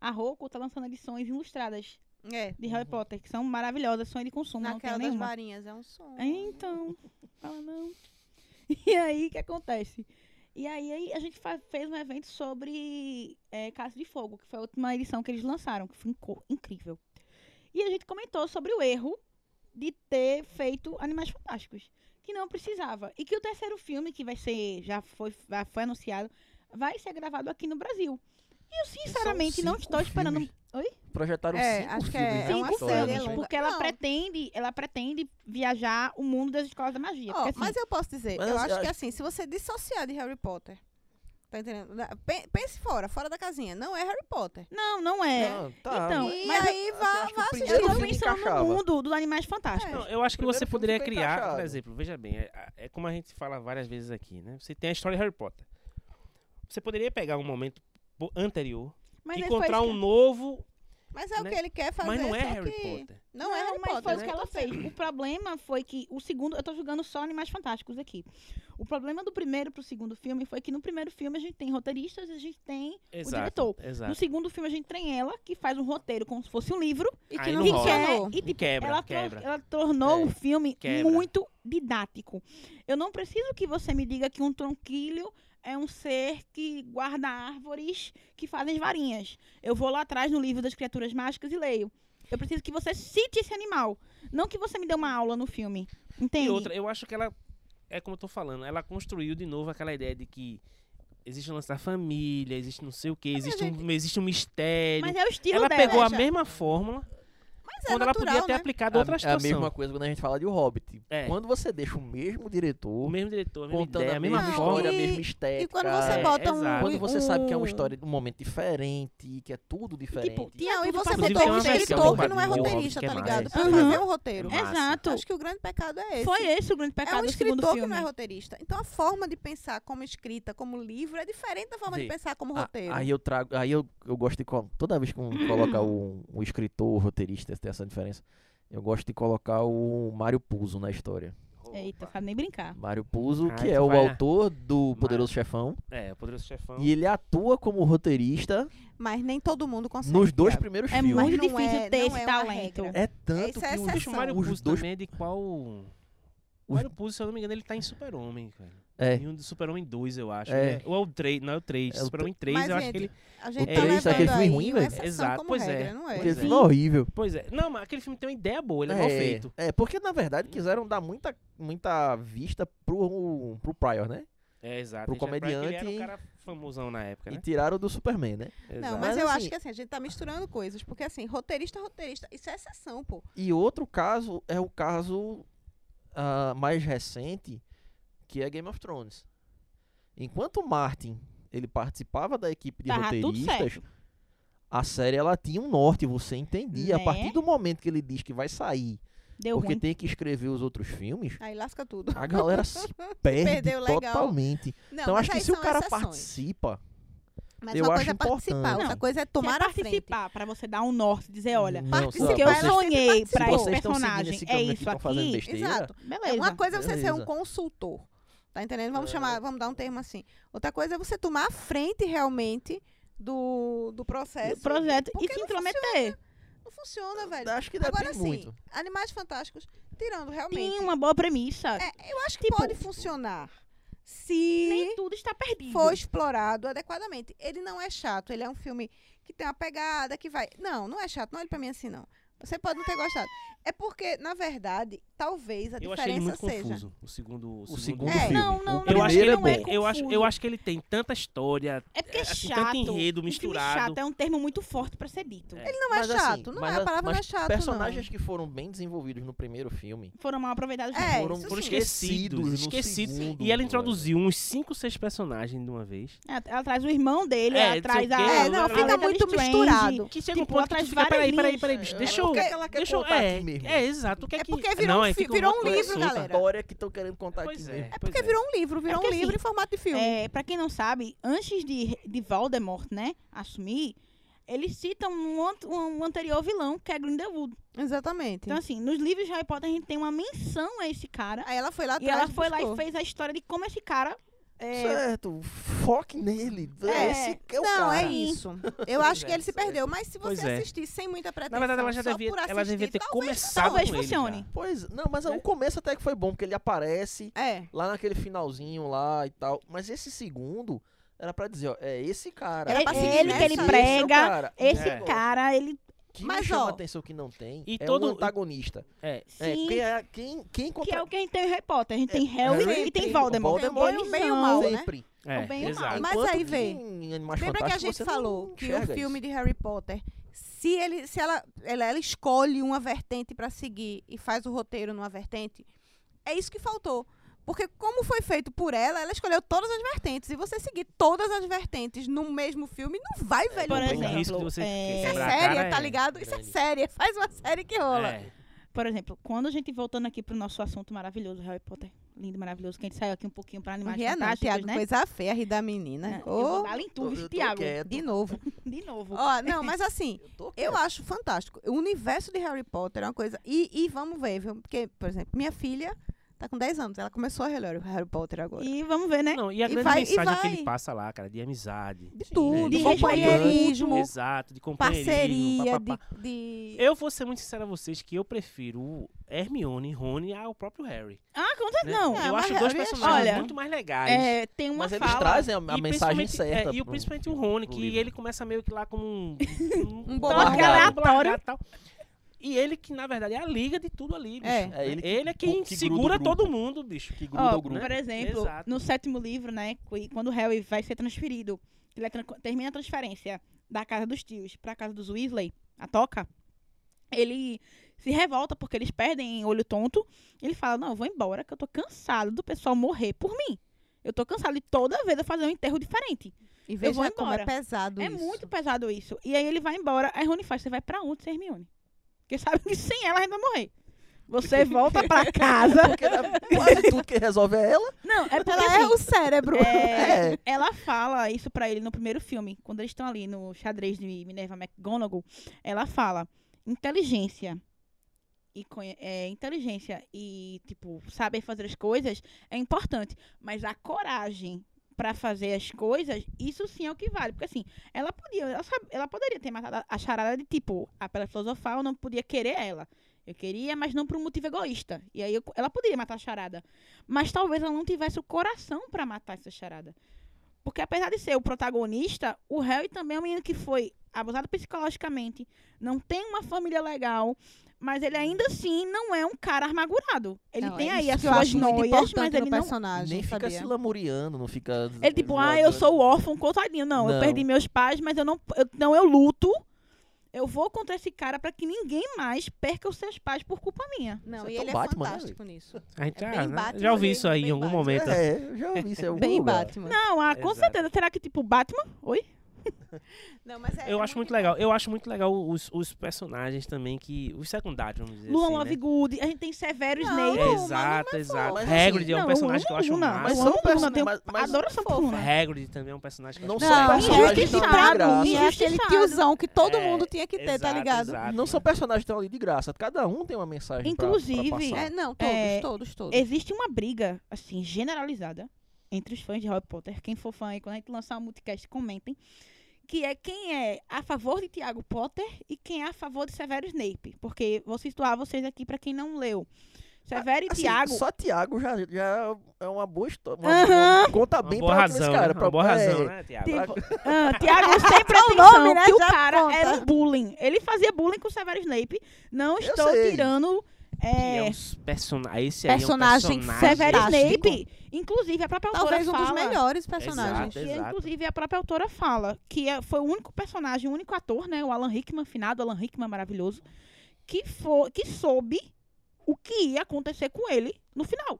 Speaker 1: a Roku tá lançando edições ilustradas
Speaker 2: É.
Speaker 1: de
Speaker 3: Uhum.
Speaker 1: Harry Potter, que são maravilhosas, são de consumo,
Speaker 2: Naquela das
Speaker 1: não tem nenhuma.
Speaker 2: varinhas, é um som.
Speaker 1: É, Então, fala não. E aí, o que acontece? E aí, aí a gente fa- fez um evento sobre é, Casa de Fogo, que foi a última edição que eles lançaram, que foi inco- incrível. E a gente comentou sobre o erro de ter feito Animais Fantásticos, que não precisava. E que o terceiro filme, que vai ser, já foi, já foi anunciado, vai ser gravado aqui no Brasil. E eu,
Speaker 4: São
Speaker 1: sinceramente, não
Speaker 4: cinco
Speaker 1: estou esperando
Speaker 4: filmes.
Speaker 1: Oi?
Speaker 4: Projetaram
Speaker 2: É,
Speaker 4: cinco
Speaker 2: acho que
Speaker 4: filmes
Speaker 2: é
Speaker 4: de
Speaker 2: uma
Speaker 1: cinco né?
Speaker 4: história,
Speaker 2: série, é
Speaker 1: filmes,
Speaker 4: gente.
Speaker 2: longa.
Speaker 1: porque ela
Speaker 2: Não.
Speaker 1: pretende, ela pretende viajar o mundo das escolas da magia.
Speaker 2: Ó,
Speaker 1: porque, assim,
Speaker 2: mas eu posso dizer,
Speaker 4: Mas
Speaker 2: eu
Speaker 4: assim,
Speaker 2: acho que
Speaker 4: acho-
Speaker 2: assim, se você dissociar de Harry Potter, tá entendendo? Da- pe- Pense fora, fora da casinha, não é Harry Potter.
Speaker 1: Não, não é.
Speaker 4: Não, tá,
Speaker 1: Então,
Speaker 2: e
Speaker 1: mas
Speaker 2: aí
Speaker 4: assim,
Speaker 2: vá,
Speaker 4: acho que
Speaker 2: vá
Speaker 4: o
Speaker 2: assistir.
Speaker 1: eu
Speaker 4: primeiro
Speaker 1: tô
Speaker 4: filme
Speaker 1: pensando
Speaker 4: encaixava.
Speaker 1: no mundo dos animais fantásticos.
Speaker 2: É.
Speaker 3: Não, eu acho que
Speaker 4: Primeiro
Speaker 3: você
Speaker 4: filme
Speaker 3: poderia
Speaker 4: foi
Speaker 3: criar,
Speaker 4: encaixado.
Speaker 3: por exemplo, veja bem, é, é como a gente fala várias vezes aqui, né? Você tem a história de Harry Potter. Você poderia pegar um momento po- anterior,
Speaker 2: É,
Speaker 1: Mas aí foi
Speaker 3: encontrar
Speaker 1: isso
Speaker 3: um
Speaker 1: que-
Speaker 3: novo,
Speaker 2: Mas é
Speaker 3: né?
Speaker 2: o que ele quer fazer.
Speaker 3: mas não é
Speaker 2: só
Speaker 3: Harry
Speaker 2: que
Speaker 3: Potter.
Speaker 2: Não, é Harry
Speaker 1: mas
Speaker 2: Potter.
Speaker 1: foi
Speaker 2: né?
Speaker 1: o que ela fez. O problema foi que o segundo. Eu tô jogando só Animais Fantásticos aqui. O problema do primeiro pro segundo filme foi que no primeiro filme a gente tem roteiristas e a gente tem.
Speaker 3: Exato,
Speaker 1: diretor. No
Speaker 3: Exato.
Speaker 1: segundo filme a gente tem ela, que faz um roteiro como se fosse um livro.
Speaker 2: E que
Speaker 3: Aí
Speaker 2: não
Speaker 3: não rola.
Speaker 2: funcionou.
Speaker 1: E, tipo,
Speaker 3: Quebra,
Speaker 1: ela, tro-
Speaker 3: quebra.
Speaker 1: ela tornou
Speaker 4: É,
Speaker 1: o filme
Speaker 3: quebra.
Speaker 1: muito didático. Eu não preciso que você me diga que um tronquilho é um ser que guarda árvores que fazem varinhas. Eu vou lá atrás no livro das criaturas mágicas e leio. Eu preciso que você cite esse animal. Não que você me dê uma aula no filme. Entende?
Speaker 3: E outra, eu acho que ela. É como eu tô falando, ela construiu de novo aquela ideia de que existe o lance da família, existe não sei o que, existe, um, existe um mistério.
Speaker 1: Mas é o estilo
Speaker 3: ela
Speaker 1: dela.
Speaker 3: pegou a
Speaker 2: já.
Speaker 3: mesma fórmula
Speaker 2: Mas é
Speaker 3: quando ela
Speaker 2: natural,
Speaker 3: podia ter
Speaker 2: né?
Speaker 3: aplicado outra
Speaker 4: é a
Speaker 3: situação.
Speaker 4: mesma coisa quando a gente fala de O Hobbit.
Speaker 3: É.
Speaker 4: Quando você deixa o mesmo diretor
Speaker 3: O mesmo diretor, a mesma
Speaker 4: contando
Speaker 3: ideia,
Speaker 4: a mesma
Speaker 2: Não,
Speaker 4: história, a
Speaker 2: e-
Speaker 4: mesma estética.
Speaker 2: E quando você
Speaker 3: É,
Speaker 2: bota um.
Speaker 3: exato.
Speaker 4: Quando você
Speaker 2: um-
Speaker 4: sabe que é uma história, um momento diferente, que é tudo diferente.
Speaker 1: Tipo, tinha
Speaker 2: Não, e
Speaker 1: tudo
Speaker 2: você
Speaker 1: pra
Speaker 3: Inclusive,
Speaker 2: botou
Speaker 1: fazer
Speaker 3: tem
Speaker 2: um
Speaker 3: uma
Speaker 1: diferente.
Speaker 3: versão
Speaker 2: escritor
Speaker 3: do
Speaker 2: que não é
Speaker 3: quadrinho,
Speaker 2: roteirista,
Speaker 3: que é
Speaker 2: tá
Speaker 3: mais.
Speaker 2: ligado? Pra
Speaker 1: Uhum.
Speaker 2: fazer um roteiro.
Speaker 3: massa.
Speaker 1: Exato.
Speaker 2: Acho que o grande pecado é esse.
Speaker 1: Foi esse o grande
Speaker 2: É um
Speaker 1: pecado do
Speaker 2: escritor
Speaker 1: segundo
Speaker 2: que
Speaker 1: filme.
Speaker 2: não é roteirista. Então a forma de pensar como escrita, como livro, é diferente da forma
Speaker 4: Vê,
Speaker 2: de pensar como
Speaker 4: A-
Speaker 2: roteiro.
Speaker 4: Ah, Aí eu trago, aí eu, eu gosto de colo- toda vez que um coloca um, um escritor, roteirista, tem essa diferença. Eu gosto de colocar o Mário Puzo na história.
Speaker 1: Eita, sabe nem brincar.
Speaker 4: Mário Puzo,
Speaker 3: Ai,
Speaker 4: que
Speaker 3: tu
Speaker 4: é o
Speaker 3: vai-
Speaker 4: autor do Poderoso Chefão,
Speaker 3: É, o Poderoso Chefão.
Speaker 4: e ele atua como roteirista
Speaker 2: Mas nem todo mundo consegue.
Speaker 4: nos dois
Speaker 2: Thiago.
Speaker 4: primeiros
Speaker 1: É
Speaker 4: filmes.
Speaker 1: muito
Speaker 2: Não
Speaker 1: difícil
Speaker 2: é-
Speaker 1: ter
Speaker 2: não
Speaker 1: esse
Speaker 2: é uma
Speaker 1: talento.
Speaker 2: regra.
Speaker 4: É tanto
Speaker 2: Isso é
Speaker 4: que os,
Speaker 3: Bicho, o
Speaker 2: exceção.
Speaker 3: Mário
Speaker 4: os
Speaker 3: Puzo
Speaker 4: dois
Speaker 3: também é de qual... O
Speaker 4: Os-
Speaker 3: Mário Puzo, se eu não me engano, ele tá em Super-Homem, cara.
Speaker 4: É.
Speaker 3: Em um do Super-Homem 2, eu acho.
Speaker 4: É.
Speaker 3: Ou é o 3, não é o 3.
Speaker 4: É o
Speaker 3: Super-Homem 3,
Speaker 2: Mas,
Speaker 3: eu acho
Speaker 2: gente,
Speaker 3: que ele...
Speaker 2: A gente
Speaker 4: O
Speaker 2: tá
Speaker 4: três,
Speaker 2: levando
Speaker 4: aquele filme
Speaker 2: aí
Speaker 4: ruim,
Speaker 2: uma
Speaker 4: velho.
Speaker 2: exceção
Speaker 3: Exato,
Speaker 2: como
Speaker 3: pois é.
Speaker 2: regra, não é?
Speaker 4: Aquele
Speaker 3: Pois
Speaker 4: filme
Speaker 3: é.
Speaker 4: é horrível.
Speaker 3: Pois é. Não, mas aquele filme tem uma ideia boa, ele é,
Speaker 4: é,
Speaker 3: mal feito.
Speaker 4: É, porque na verdade quiseram dar muita, muita vista pro, pro Pryor, né?
Speaker 3: É, exato.
Speaker 4: Pro
Speaker 3: Richard Pryor, que
Speaker 4: comediante-
Speaker 3: Ele era um cara famosão na época,
Speaker 4: E
Speaker 3: né?
Speaker 4: tiraram do Superman, né?
Speaker 2: Não,
Speaker 3: Exato.
Speaker 2: mas,
Speaker 4: Mas,
Speaker 2: eu
Speaker 4: assim,
Speaker 2: acho que assim, a gente tá misturando coisas. Porque assim, roteirista, roteirista, isso é exceção, pô.
Speaker 4: E outro caso é o caso ah, mais recente, que é Game of Thrones. Enquanto o Martin ele participava da equipe de
Speaker 1: Tava tudo
Speaker 4: roteiristas,
Speaker 1: certo.
Speaker 4: a série ela tinha um norte, você entendia. A
Speaker 1: Né?
Speaker 4: partir do momento que ele diz que vai sair,
Speaker 1: Deu
Speaker 4: porque
Speaker 1: ruim.
Speaker 4: tem que escrever os outros filmes,
Speaker 2: Aí lasca tudo.
Speaker 4: a galera se perde
Speaker 2: Perdeu legal.
Speaker 4: totalmente.
Speaker 2: Não,
Speaker 4: Então
Speaker 2: mas
Speaker 4: acho que
Speaker 2: aí
Speaker 4: se o
Speaker 2: são
Speaker 4: cara
Speaker 2: exceções.
Speaker 4: participa,
Speaker 2: Mas
Speaker 4: eu
Speaker 2: uma
Speaker 4: acho
Speaker 2: coisa é participar,
Speaker 4: importante.
Speaker 2: outra
Speaker 1: Não,
Speaker 2: coisa é
Speaker 1: Você
Speaker 2: tomar a frente.
Speaker 1: participar, pra você dar um norte, dizer, olha,
Speaker 4: não,
Speaker 2: É, participar
Speaker 4: sabe?
Speaker 1: que eu
Speaker 2: ela sempre
Speaker 1: sonhei
Speaker 2: participa.
Speaker 1: pra
Speaker 4: se
Speaker 1: esse
Speaker 4: vocês estão seguindo
Speaker 1: personagem
Speaker 4: esse
Speaker 1: é
Speaker 4: caminho que
Speaker 1: isso
Speaker 4: estão fazendo
Speaker 1: aqui,
Speaker 4: besteira,
Speaker 2: Exato.
Speaker 1: beleza.
Speaker 2: Uma coisa é você ser um
Speaker 4: Beleza. É.
Speaker 2: consultor. Tá entendendo? Vamos chamar, vamos dar um termo assim. Outra coisa é você tomar a frente realmente do, do processo.
Speaker 1: O projeto e
Speaker 2: assim, Porque
Speaker 1: se
Speaker 2: não
Speaker 1: intrometer.
Speaker 2: Não funciona, velho.
Speaker 4: acho que depende
Speaker 2: Agora sim,
Speaker 4: muito.
Speaker 2: Animais Fantásticos, tirando realmente.
Speaker 1: Tem uma boa premissa.
Speaker 2: É, eu acho que
Speaker 1: Tipo,
Speaker 2: pode funcionar se
Speaker 1: Nem tudo está perdido.
Speaker 2: for explorado adequadamente. Ele não é chato, ele é um filme que tem uma pegada, que vai. Não, não é chato, não olhe pra mim assim, não. Você pode não ter gostado. É porque, na verdade, talvez a
Speaker 3: Eu achei ele
Speaker 2: diferença
Speaker 3: muito
Speaker 2: seja.
Speaker 3: confuso. O segundo,
Speaker 4: O segundo
Speaker 2: É,
Speaker 4: filme.
Speaker 1: não, não,
Speaker 4: o
Speaker 1: na
Speaker 3: Eu
Speaker 4: primeiro
Speaker 3: acho, que ele
Speaker 4: é
Speaker 1: não é
Speaker 4: bom.
Speaker 1: com-
Speaker 3: eu, acho,
Speaker 1: confuso.
Speaker 3: eu acho que ele tem tanta história,
Speaker 1: É porque é
Speaker 3: assim,
Speaker 1: chato.
Speaker 3: tanto enredo
Speaker 1: Um filme
Speaker 3: misturado.
Speaker 1: chato é um termo muito forte pra ser dito.
Speaker 3: É.
Speaker 2: Não é
Speaker 4: Mas, assim,
Speaker 2: chato, não
Speaker 4: mas
Speaker 2: é, a
Speaker 4: as-
Speaker 2: palavra não
Speaker 4: mas
Speaker 2: é chato.
Speaker 4: personagens que foram bem desenvolvidos no primeiro filme
Speaker 1: Foram mal aproveitados.
Speaker 2: É,
Speaker 4: foram,
Speaker 2: isso
Speaker 4: foram
Speaker 2: sim.
Speaker 4: esquecidos, no
Speaker 3: esquecidos.
Speaker 4: segundo,
Speaker 3: E ela
Speaker 4: velho.
Speaker 3: introduziu uns 5, 6 personagens de uma vez.
Speaker 1: Ela, É, ela traz o irmão dele,
Speaker 3: É,
Speaker 1: ela
Speaker 3: não
Speaker 1: traz
Speaker 3: sei o
Speaker 1: a.
Speaker 2: não.
Speaker 3: quê,
Speaker 2: É,
Speaker 1: a
Speaker 2: não,
Speaker 3: Ela-
Speaker 2: fica
Speaker 1: Liga
Speaker 2: muito
Speaker 1: Strange.
Speaker 2: misturado.
Speaker 3: Que chega um
Speaker 1: Tipo,
Speaker 3: ponto
Speaker 1: atrás
Speaker 3: que tu fica,
Speaker 1: várias
Speaker 3: peraí, peraí,
Speaker 1: linhas.
Speaker 3: peraí, bicho,
Speaker 4: É,
Speaker 3: deixa
Speaker 4: ela
Speaker 3: eu...
Speaker 4: quer- ela quer
Speaker 3: deixa eu-
Speaker 4: contar
Speaker 3: é,
Speaker 4: aqui mesmo.
Speaker 3: é, exato. O que é,
Speaker 2: É
Speaker 3: que...
Speaker 2: porque virou um
Speaker 3: aí
Speaker 2: fi-
Speaker 3: fica uma
Speaker 2: virou um
Speaker 3: coisa
Speaker 2: livro,
Speaker 3: solta.
Speaker 2: galera.
Speaker 4: é História que estão querendo contar
Speaker 3: Pois
Speaker 4: aqui
Speaker 3: é,
Speaker 4: mesmo.
Speaker 2: É
Speaker 3: pois
Speaker 2: porque
Speaker 3: é.
Speaker 2: virou um livro, virou
Speaker 1: porque,
Speaker 2: um livro
Speaker 1: assim,
Speaker 2: em formato de filme.
Speaker 1: É, pra quem não sabe, antes de, de Voldemort, né, assumir, eles citam um, ant- um anterior vilão, que é Grindelwald.
Speaker 2: Exatamente.
Speaker 1: Então, assim, nos livros de Harry Potter a gente tem uma menção a esse cara.
Speaker 2: Aí ela foi lá
Speaker 1: E
Speaker 2: atrás
Speaker 1: ela foi lá e
Speaker 2: buscou.
Speaker 1: fez a história de como esse cara é,
Speaker 4: Certo, foque nele.
Speaker 1: É,
Speaker 4: Esse que é o
Speaker 2: não,
Speaker 4: cara.
Speaker 2: é isso. Eu
Speaker 4: Pois
Speaker 2: acho que
Speaker 4: é,
Speaker 2: ele se
Speaker 4: certo.
Speaker 2: perdeu, mas se você
Speaker 3: Pois é.
Speaker 2: assistir sem muita pretensão,
Speaker 3: Na verdade, ela já
Speaker 2: só
Speaker 3: devia,
Speaker 2: por
Speaker 3: ela devia
Speaker 2: assistir,
Speaker 3: ter
Speaker 2: talvez-
Speaker 3: começado
Speaker 1: talvez
Speaker 3: com ele já.
Speaker 1: funcione.
Speaker 4: Pois, não, mas o
Speaker 3: É.
Speaker 4: começo até que foi bom, porque ele aparece
Speaker 2: É.
Speaker 4: lá naquele finalzinho lá e tal. Mas esse segundo era pra dizer, ó, é esse cara.
Speaker 2: Era pra
Speaker 4: é
Speaker 2: seguir,
Speaker 4: esse,
Speaker 2: né? Ele que ele
Speaker 4: esse é o
Speaker 1: prega,
Speaker 4: cara.
Speaker 1: Esse
Speaker 3: É.
Speaker 1: cara, ele.
Speaker 4: Que
Speaker 2: Mas,
Speaker 4: me chama
Speaker 2: ó,
Speaker 4: a atenção que não tem
Speaker 3: e
Speaker 4: é
Speaker 3: todo-
Speaker 4: o antagonista.
Speaker 3: É,
Speaker 4: É,
Speaker 1: sim,
Speaker 4: quem é quem, quem
Speaker 1: que é
Speaker 4: contra...
Speaker 1: o que a gente tem em Harry Potter. A gente tem Harry
Speaker 4: Harry
Speaker 1: e tem
Speaker 4: e
Speaker 1: Voldemort.
Speaker 2: É, Voldemort.
Speaker 1: Boa
Speaker 2: Tem o bem e o
Speaker 1: missão.
Speaker 2: mal, né?
Speaker 4: sempre.
Speaker 1: O bem
Speaker 3: é,
Speaker 1: e o mal.
Speaker 3: exato.
Speaker 2: Mas
Speaker 4: Enquanto
Speaker 2: aí
Speaker 4: que
Speaker 2: vê,
Speaker 4: em Animais
Speaker 2: Lembra que a gente
Speaker 4: Fantásticos você não
Speaker 2: falou que o
Speaker 4: enxerga
Speaker 2: filme
Speaker 4: isso.
Speaker 2: de Harry Potter, se ele, se ela, ela, ela escolhe uma vertente pra seguir e faz o roteiro numa vertente, é isso que faltou. Porque como foi feito por ela, ela escolheu todas as vertentes. E você seguir todas as vertentes no mesmo filme, não vai, velho.
Speaker 1: Por
Speaker 2: não vai.
Speaker 3: O risco
Speaker 1: exemplo,
Speaker 3: de você
Speaker 1: é-
Speaker 2: Isso é
Speaker 3: quebrar a
Speaker 2: séria,
Speaker 3: cara
Speaker 2: tá
Speaker 3: é-
Speaker 2: ligado? Isso é
Speaker 4: grande.
Speaker 2: séria. Faz uma série que rola.
Speaker 3: É.
Speaker 1: Por exemplo, quando a gente voltando aqui pro nosso assunto maravilhoso, Harry Potter, lindo, maravilhoso, que a gente saiu aqui um pouquinho pra
Speaker 2: Não
Speaker 1: animais
Speaker 2: ria não,
Speaker 1: fantásticos,
Speaker 2: Tiago.
Speaker 1: né? É,
Speaker 2: Coisa feia rir da menina.
Speaker 1: Eu
Speaker 2: né? Ô,
Speaker 1: vou dar
Speaker 4: Eu- eu
Speaker 1: lintuves,
Speaker 4: tô
Speaker 1: Tiago.
Speaker 4: quieto,
Speaker 2: de novo.
Speaker 1: De novo.
Speaker 2: Ó, não, mas assim,
Speaker 4: eu tô
Speaker 2: eu
Speaker 4: quieto.
Speaker 2: acho fantástico. O universo de Harry Potter é uma coisa... E, e vamos ver, viu? Porque, por exemplo, minha filha... Tá com 10 anos. Ela começou a ler o Harry Potter agora.
Speaker 1: E vamos ver, né?
Speaker 3: Não, e a
Speaker 2: E
Speaker 3: grande
Speaker 2: vai- e
Speaker 3: mensagem que
Speaker 2: vai.
Speaker 3: ele passa lá, cara, de amizade.
Speaker 2: De
Speaker 3: Sim,
Speaker 2: tudo,
Speaker 3: né?
Speaker 1: é, de
Speaker 3: Muito
Speaker 2: companheirismo,
Speaker 3: importante, Exato, de companheirismo.
Speaker 2: Parceria,
Speaker 3: papapá.
Speaker 2: de, de-
Speaker 3: Eu vou ser muito sincero a vocês que eu prefiro o Hermione e Rony ao próprio Harry.
Speaker 1: Ah, conta
Speaker 3: né?
Speaker 1: não.
Speaker 2: É,
Speaker 3: eu
Speaker 2: mas
Speaker 3: acho dois
Speaker 2: Harry é chato.
Speaker 3: personagens
Speaker 1: Olha,
Speaker 3: muito mais legais.
Speaker 1: É, tem uma
Speaker 4: Mas eles
Speaker 1: fala.
Speaker 4: trazem a, a
Speaker 3: E
Speaker 4: mensagem
Speaker 3: principalmente-
Speaker 4: certa.
Speaker 3: é, e o
Speaker 4: pro-
Speaker 3: principalmente o
Speaker 4: pro
Speaker 3: Rony, que
Speaker 4: livro.
Speaker 3: ele começa meio que lá como um.
Speaker 2: Um
Speaker 3: tal,
Speaker 2: bobo
Speaker 3: largado,
Speaker 1: aleatório.
Speaker 3: largado e tal. E ele que, na verdade, é a liga de tudo ali, bicho.
Speaker 2: É.
Speaker 4: É ele que,
Speaker 3: Ele é
Speaker 4: que
Speaker 3: quem
Speaker 4: gruda o
Speaker 3: segura
Speaker 4: grupo.
Speaker 3: todo mundo, bicho. Né?
Speaker 4: que gruda
Speaker 1: Ó,
Speaker 4: o grupo.
Speaker 1: por exemplo,
Speaker 3: Exato.
Speaker 1: no sétimo livro, né? que- Quando o Harry vai ser transferido, ele é tran- termina a transferência da casa dos tios pra casa dos Weasley, a toca, ele se revolta porque eles perdem em olho tonto. Ele fala, não, eu vou embora, que eu tô cansado do pessoal morrer por mim. Eu tô cansado de toda vez eu fazer um enterro diferente.
Speaker 2: E veja
Speaker 1: vou
Speaker 2: como é
Speaker 1: embora.
Speaker 2: pesado
Speaker 1: É
Speaker 2: isso.
Speaker 1: muito pesado isso. E aí ele vai embora. Aí Rony faz, você vai pra onde, sem Hermione? Porque sabe que sem ela a gente vai morrer. Você volta pra casa.
Speaker 4: Porque né, quase tudo que resolve é ela.
Speaker 1: Não, é porque
Speaker 2: Ela
Speaker 1: assim,
Speaker 2: é o cérebro.
Speaker 1: é,
Speaker 4: É.
Speaker 1: ela fala isso pra ele no primeiro filme, quando eles estão ali no xadrez de Minerva McGonagall, ela fala inteligência e conhe- é, inteligência e tipo saber fazer as coisas é importante, mas a coragem pra fazer as coisas, isso sim é o que vale, porque assim, ela podia, ela, sabe- ela poderia ter matado a- a charada de tipo, a pedra filosofal eu não podia querer ela. Eu queria, mas não por um motivo egoísta. E aí eu- ela poderia matar a charada, mas talvez ela não tivesse o coração pra matar essa charada. Porque apesar de ser o protagonista, o Harry também é um menino que foi abusado psicologicamente, não tem uma família legal, mas ele ainda assim não é um cara amargurado. Ele
Speaker 2: Não,
Speaker 1: tem
Speaker 2: é
Speaker 1: aí
Speaker 2: isso
Speaker 1: as
Speaker 2: que eu
Speaker 1: suas
Speaker 2: acho muito
Speaker 1: noias,
Speaker 2: importante
Speaker 1: mas
Speaker 2: no
Speaker 1: ele não...
Speaker 2: personagem,
Speaker 4: Nem fica
Speaker 2: Ah, sabia?
Speaker 4: se lamuriando, não fica.
Speaker 1: Ele tipo, ah, eu sou órfão, coitadinho. Não, eu
Speaker 4: Não.
Speaker 1: perdi meus pais, mas eu não, eu, não, eu luto. Eu vou contra esse cara pra que ninguém mais perca os seus pais por culpa minha.
Speaker 2: Não,
Speaker 4: Isso é
Speaker 2: e
Speaker 4: tão
Speaker 2: ele é
Speaker 4: Batman, né,
Speaker 2: fantástico nisso.
Speaker 3: A gente
Speaker 2: É
Speaker 3: já,
Speaker 2: bem
Speaker 3: né,
Speaker 2: Batman
Speaker 3: já ouvi
Speaker 2: mesmo,
Speaker 3: isso aí
Speaker 2: bem
Speaker 3: em algum
Speaker 2: Batman.
Speaker 3: momento.
Speaker 4: É, eu já ouvi isso. É
Speaker 2: Bem Batman.
Speaker 1: Não, ah, com
Speaker 3: Exato.
Speaker 1: certeza. Será que tipo Batman? Oi?
Speaker 2: Não, mas é-
Speaker 3: Eu
Speaker 2: é
Speaker 3: acho muito legal. Eu acho muito legal os, os personagens também que. Os secundários, vamos dizer
Speaker 1: Luan
Speaker 3: assim. né? É,
Speaker 1: Lovegood. A gente tem Severo
Speaker 2: Não,
Speaker 1: Snape.
Speaker 2: Luna,
Speaker 3: Exato, exato.
Speaker 4: Mas,
Speaker 3: Hagrid
Speaker 4: assim,
Speaker 3: é um
Speaker 1: não,
Speaker 3: personagem que eu
Speaker 1: eu amo
Speaker 3: acho
Speaker 1: Luna,
Speaker 4: Mas
Speaker 3: massa.
Speaker 1: eu
Speaker 4: são
Speaker 1: amo Bruna,
Speaker 4: personagens.
Speaker 1: tenho-
Speaker 4: Mas, mas
Speaker 1: Adoro essa porra.
Speaker 3: Hagrid também é um personagem que eu
Speaker 4: Não
Speaker 3: acho
Speaker 4: são
Speaker 2: Não,
Speaker 4: personagens tão
Speaker 1: injustiçado,
Speaker 4: de graça.
Speaker 2: E é aquele
Speaker 1: Injustiçado.
Speaker 2: tiozão que todo
Speaker 3: É,
Speaker 2: mundo tinha que ter, tá
Speaker 3: exato,
Speaker 2: ligado?
Speaker 3: exato,
Speaker 4: Não
Speaker 3: né?
Speaker 4: são personagens que estão ali de graça. Cada um tem uma mensagem. pra- pra
Speaker 1: Inclusive,
Speaker 4: passar.
Speaker 2: É, não, todos,
Speaker 1: É,
Speaker 2: todos, todos.
Speaker 1: Existe uma briga, assim, generalizada entre os fãs de Harry Potter. Quem for fã aí, quando a gente lançar um multicast, comentem. Que é quem é a favor de Tiago Potter e quem é a favor de Severo Snape. Porque vou situar vocês aqui pra quem não leu. Severo e
Speaker 2: Ah,
Speaker 4: Assim,
Speaker 1: Tiago.
Speaker 4: Só Tiago já, já é uma boa história.
Speaker 1: Aham.
Speaker 4: Conta
Speaker 3: Uma
Speaker 4: bem
Speaker 3: boa
Speaker 4: pra
Speaker 3: razão,
Speaker 4: esse cara.
Speaker 3: né?
Speaker 4: pra-
Speaker 3: Uma boa
Speaker 4: é,
Speaker 3: razão, né, Tiago?
Speaker 4: pra-
Speaker 1: Ah, Tiago sempre
Speaker 2: Só o
Speaker 1: atenção
Speaker 2: nome, né,
Speaker 1: que o
Speaker 2: já
Speaker 1: cara
Speaker 2: conta.
Speaker 1: era um bullying. Ele fazia bullying com o Severo Snape.
Speaker 4: Eu
Speaker 1: Não estou
Speaker 4: sei.
Speaker 1: tirando.
Speaker 3: Que
Speaker 1: é,
Speaker 2: um
Speaker 3: é uns persona- esse
Speaker 2: Personagem
Speaker 3: aí é um personagem.
Speaker 1: Severo
Speaker 2: fantástico.
Speaker 1: Snape. Inclusive, a própria autora
Speaker 2: Talvez um dos
Speaker 1: fala-
Speaker 2: melhores personagens.
Speaker 3: Exato.
Speaker 1: Que, inclusive, a própria autora fala que é- foi o único personagem, o único ator, né? O Alan Rickman, finado Alan Rickman maravilhoso, que, foi, que soube o que ia acontecer com ele no final.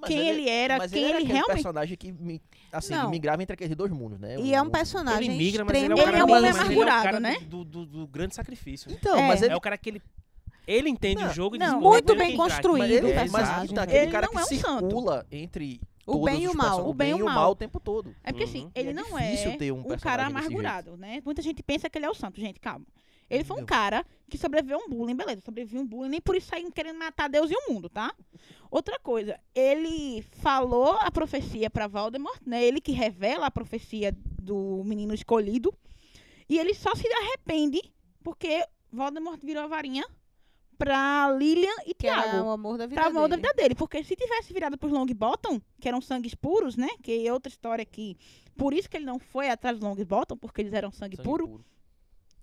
Speaker 4: mas
Speaker 1: quem ele, era,
Speaker 4: mas
Speaker 1: quem
Speaker 4: era
Speaker 1: ele,
Speaker 4: aquele
Speaker 1: realmente.
Speaker 4: personagem que me, assim,
Speaker 2: Não.
Speaker 4: migrava entre aqueles dois mundos, né?
Speaker 2: E é um personagem
Speaker 3: Ele migra, mas ele é um
Speaker 2: extremamente...
Speaker 3: cara,
Speaker 1: Ele é um
Speaker 3: mas
Speaker 1: homem
Speaker 3: ele é um cara
Speaker 1: amargurado, né?
Speaker 3: do, do- do grande sacrifício. né?
Speaker 4: Então,
Speaker 1: É.
Speaker 4: mas ele
Speaker 3: É o cara que ele. Ele entende
Speaker 4: Não,
Speaker 3: o jogo e
Speaker 1: não,
Speaker 3: diz,
Speaker 2: muito
Speaker 3: "Vou ver
Speaker 2: bem
Speaker 3: quem traz".
Speaker 2: construído
Speaker 4: Mas
Speaker 2: Ele-
Speaker 4: ele,
Speaker 2: é
Speaker 4: mas aí que
Speaker 3: exato.
Speaker 4: tá aquele
Speaker 1: Ele
Speaker 4: cara
Speaker 1: não
Speaker 4: que
Speaker 1: é um santo.
Speaker 4: circula entre
Speaker 2: O
Speaker 4: todos
Speaker 2: bem e
Speaker 4: os
Speaker 2: o mal.
Speaker 4: person-
Speaker 1: O bem e o
Speaker 4: o
Speaker 1: mal.
Speaker 4: o tempo todo.
Speaker 1: É porque assim,
Speaker 3: Uhum.
Speaker 1: ele
Speaker 4: E é
Speaker 1: não
Speaker 4: difícil
Speaker 1: é
Speaker 4: ter um personagem
Speaker 1: cara
Speaker 4: desse jeito.
Speaker 1: amargurado, né? Muita gente pensa que ele é o santo, gente, calma. Ele foi um
Speaker 4: Não.
Speaker 1: cara que sobreviveu a um bullying, beleza, sobreviveu a um bullying, nem por isso saiu querendo matar Deus e o mundo, tá? Outra coisa, ele falou a profecia pra Voldemort, né? Ele que revela a profecia do menino escolhido. E ele só se arrepende porque Voldemort virou a varinha pra Lilian e
Speaker 2: Que era
Speaker 1: Tiago.
Speaker 2: o amor da vida
Speaker 1: Pra amor da
Speaker 2: dele.
Speaker 1: vida dele. Porque se tivesse virado pros Longbottom, que eram sangues puros, né? Que é outra história que... Por isso que ele não foi atrás dos Longbottom, porque eles eram sangue,
Speaker 4: Sangue
Speaker 1: puro.